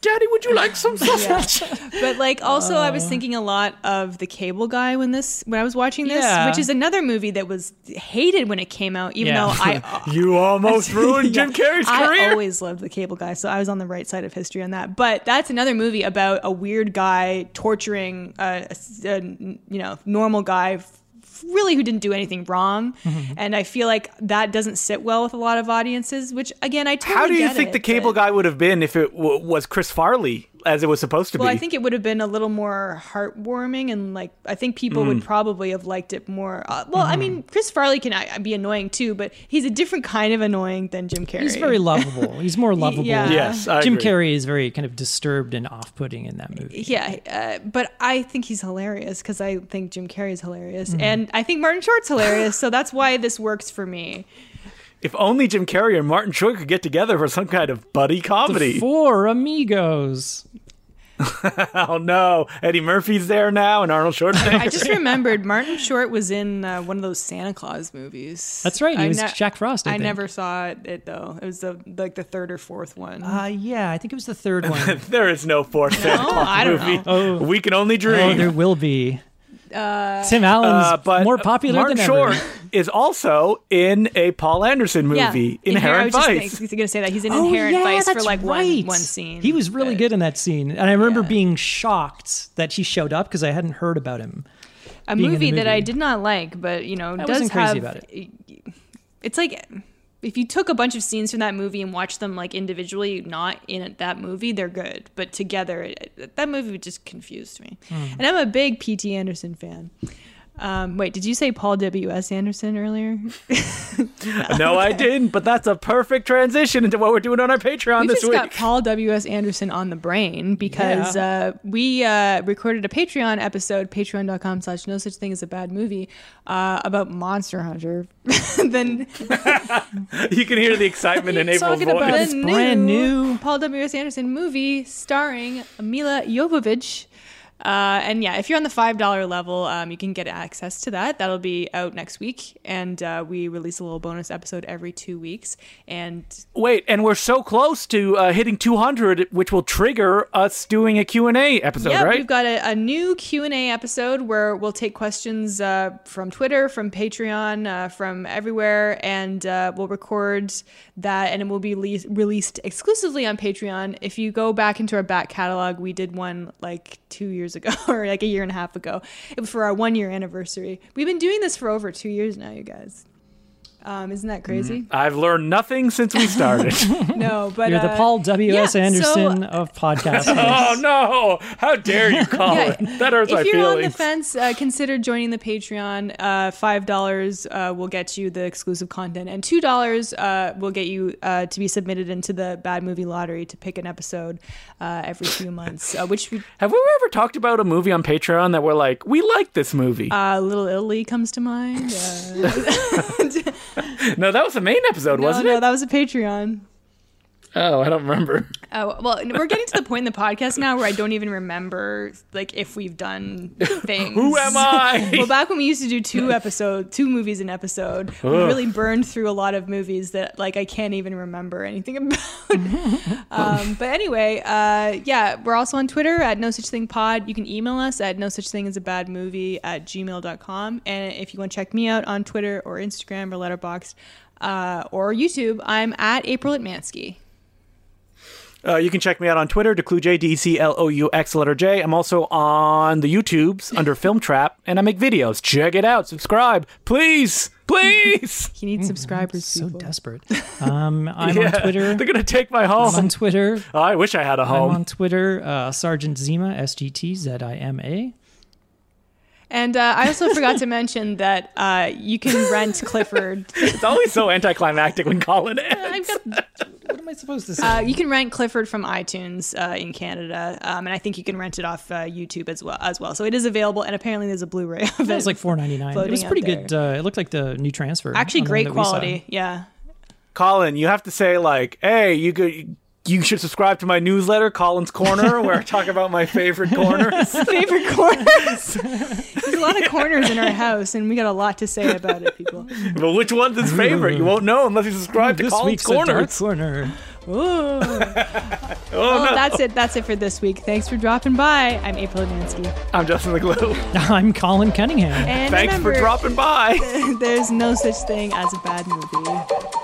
Speaker 2: Daddy, would you like some sausage?
Speaker 1: But like also I
Speaker 3: Oh.
Speaker 1: was thinking a lot of The Cable Guy when this when I was watching this,
Speaker 3: Yeah.
Speaker 1: which is another movie that was hated when it came out even
Speaker 3: Yeah.
Speaker 1: though I
Speaker 2: You almost ruined Jim Carrey's
Speaker 1: I
Speaker 2: career.
Speaker 1: always loved The Cable Guy, so I was on the right side of history on that. But that's another movie about a weird guy torturing a, a s- a, you know, normal guy f- really who didn't do anything wrong.
Speaker 3: Mm-hmm.
Speaker 1: And I feel like that doesn't sit well with a lot of audiences, which again, I totally
Speaker 2: How do you
Speaker 1: get
Speaker 2: think
Speaker 1: it,
Speaker 2: the cable
Speaker 1: but-
Speaker 2: guy would have been if it w- was Chris Farley as it was supposed to
Speaker 1: Well,
Speaker 2: be.
Speaker 1: I think it would have been a little more heartwarming, and like I think people
Speaker 3: Mm.
Speaker 1: would probably have liked it more. Uh, well, I
Speaker 3: Mm-hmm.
Speaker 1: mean, Chris Farley can uh, be annoying too, but he's a different kind of annoying than Jim Carrey.
Speaker 3: He's very lovable. He's more lovable.
Speaker 1: Yeah.
Speaker 2: yes, I
Speaker 3: Jim
Speaker 2: agree.
Speaker 3: Carrey is very kind of disturbed and off-putting in that movie.
Speaker 1: Yeah, uh, but I think he's hilarious because I think Jim Carrey's hilarious,
Speaker 3: Mm-hmm.
Speaker 1: and I think Martin Short's hilarious, so that's why this works for me.
Speaker 2: If only Jim Carrey and Martin Short could get together for some kind of buddy comedy.
Speaker 3: Four amigos.
Speaker 2: oh no, Eddie Murphy's there now and Arnold Schwarzenegger.
Speaker 1: I just remembered Martin Short was in uh, one of those Santa Claus movies.
Speaker 3: That's right, he
Speaker 1: I
Speaker 3: was Jack Frost, I think.
Speaker 1: never saw it, it though. It was the like the third or fourth one.
Speaker 3: Uh, yeah, I think it was the third one.
Speaker 2: there is no fourth Santa
Speaker 1: No,
Speaker 2: Claus
Speaker 1: I don't
Speaker 2: movie.
Speaker 1: know.
Speaker 3: Oh.
Speaker 2: We can only
Speaker 3: oh,
Speaker 2: dream.
Speaker 3: there will be. Tim Allen's
Speaker 2: Uh, but
Speaker 3: more popular
Speaker 2: Martin
Speaker 3: than
Speaker 2: Short
Speaker 3: ever.
Speaker 2: is also in a Paul Anderson movie,
Speaker 1: yeah,
Speaker 2: Inherent
Speaker 1: I was
Speaker 2: Vice.
Speaker 1: Just going to say that he's in
Speaker 3: Oh,
Speaker 1: Inherent
Speaker 3: yeah,
Speaker 1: Vice for
Speaker 3: that's
Speaker 1: like
Speaker 3: right.
Speaker 1: one one scene.
Speaker 3: He was really
Speaker 1: but-
Speaker 3: good in that scene, and I remember
Speaker 1: Yeah.
Speaker 3: being shocked that he showed up because I hadn't heard about him.
Speaker 1: A
Speaker 3: being in the
Speaker 1: movie that I
Speaker 3: movie.
Speaker 1: did not like, but you know, does
Speaker 3: wasn't crazy
Speaker 1: have,
Speaker 3: about
Speaker 1: It's like if you took a bunch of scenes from that movie and watched them like individually, not in that movie, they're good, but together, it, that movie just confused me.
Speaker 3: Hmm.
Speaker 1: And I'm a big P.T. Anderson fan. Um, wait, did you say Paul W. S. Anderson earlier?
Speaker 2: no, I didn't, but that's a perfect transition into what we're doing on our Patreon
Speaker 1: we
Speaker 2: this
Speaker 1: just
Speaker 2: week.
Speaker 1: got Paul W. S. Anderson on the brain because uh, we uh, recorded a Patreon episode, patreon.com slash no such thing as a bad movie, uh, about Monster Hunter. then
Speaker 2: you can hear the excitement in April's
Speaker 3: talking about
Speaker 2: voice.
Speaker 3: it's brand new.
Speaker 1: Paul W. S. Anderson movie starring Mila Jovovich. Uh, and yeah, if you're on the five dollar level, um, you can get access to that. That'll be out next week, and uh, we release a little bonus episode every two weeks. And
Speaker 2: Wait, and we're so close to uh, hitting 200, which will trigger us doing a Q&A episode,
Speaker 1: yeah,
Speaker 2: right?
Speaker 1: we've got a, a new Q and A episode where we'll take questions uh, from Twitter, from Patreon, uh, from everywhere, and uh, we'll record that, and it will be le- released exclusively on Patreon. If you go back into our back catalog, we did one like two years ago, or like a year and a half ago. It was for our one year anniversary. We've been doing this for over two years now, you guys. Um, isn't that crazy?
Speaker 2: I've learned nothing since we started.
Speaker 1: No, but
Speaker 3: Mm-hmm. You're the
Speaker 1: uh,
Speaker 3: Paul W. S.
Speaker 1: yeah, so-
Speaker 3: Anderson of podcasting.
Speaker 2: oh, no. How dare you call
Speaker 1: Yeah,
Speaker 2: it? That hurts
Speaker 1: if
Speaker 2: my
Speaker 1: you're on the
Speaker 2: feelings.
Speaker 1: fence, uh, consider joining the Patreon. Uh, Five dollars uh, will get you the exclusive content, and two dollars uh, will get you uh, to be submitted into the Bad Movie Lottery to pick an episode uh, every few months, uh, which we,
Speaker 2: Have we ever talked about a movie on Patreon that we're like, we like this movie?
Speaker 1: uh, Little Italy comes to mind. Uh,
Speaker 2: no, that was the main episode,
Speaker 1: no,
Speaker 2: wasn't
Speaker 1: no,
Speaker 2: it?
Speaker 1: that was a Patreon.
Speaker 2: Oh, I don't remember.
Speaker 1: Uh, well, we're getting to the point in the podcast now where I don't even remember like if we've done things.
Speaker 2: Who am I?
Speaker 1: well, back when we used to do two episode, two movies an episode, we
Speaker 2: Ugh.
Speaker 1: really burned through a lot of movies that like I can't even remember anything about. um, but anyway, uh, yeah, we're also on Twitter at No Such Thing Pod. You can email us at No Such Thing as a Bad Movie at gmail.com. And if you want to check me out on Twitter or Instagram or Letterboxd uh, or YouTube, I'm at April Atmansky.
Speaker 2: Uh, you can check me out on Twitter, E DeCluJ, D-C-L-O-U-X, letter J. I'm also on the YouTubes under Film Trap, and I make videos. Check it out. Subscribe. Please. Please.
Speaker 1: He needs subscribers.
Speaker 3: so
Speaker 1: people.
Speaker 3: desperate. Um, I'm
Speaker 2: Yeah,
Speaker 3: on Twitter.
Speaker 2: They're going to take my
Speaker 3: I'm on
Speaker 2: home.
Speaker 3: Twitter.
Speaker 2: Oh, I wish I had a
Speaker 3: I'm
Speaker 2: home.
Speaker 3: on Twitter. Uh, Sergeant Zima. S G T Z I M A.
Speaker 1: And uh, I also forgot to mention that uh, you can rent Clifford.
Speaker 2: It's always so anticlimactic when Colin ends.
Speaker 1: I've got,
Speaker 3: What am I supposed to say?
Speaker 1: uh, you can rent Clifford from iTunes uh, in Canada, um, and I think you can rent it off uh, YouTube as well. As well, so it is available, and apparently there's a Blu-ray of
Speaker 3: That
Speaker 1: it.
Speaker 3: was like four ninety nine. It
Speaker 1: floating
Speaker 3: was pretty
Speaker 1: out
Speaker 3: good. Uh, it looked like the new transfer.
Speaker 1: Actually,
Speaker 3: on the one
Speaker 1: great
Speaker 3: that we saw.
Speaker 1: quality. Yeah.
Speaker 2: Colin, you have to say like, "Hey, you could." You should subscribe to my newsletter, Colin's Corner, where I talk about my favorite corners.
Speaker 1: Favorite corners. there's a lot of corners in our house, and we got a lot to say about it, people.
Speaker 2: but which one's his favorite? You won't know unless you subscribe to
Speaker 3: This
Speaker 2: Colin's
Speaker 3: week's a dark
Speaker 2: Corners.
Speaker 3: corner.
Speaker 1: Ooh.
Speaker 2: Oh,
Speaker 1: Well,
Speaker 2: no.
Speaker 1: that's it. That's it for this week. Thanks for dropping by. I'm April Adamski.
Speaker 2: I'm Justin the Glue.
Speaker 3: I'm Colin Cunningham.
Speaker 1: And
Speaker 2: Thanks
Speaker 1: remember,
Speaker 2: for dropping by.
Speaker 1: there's no such thing as a bad movie.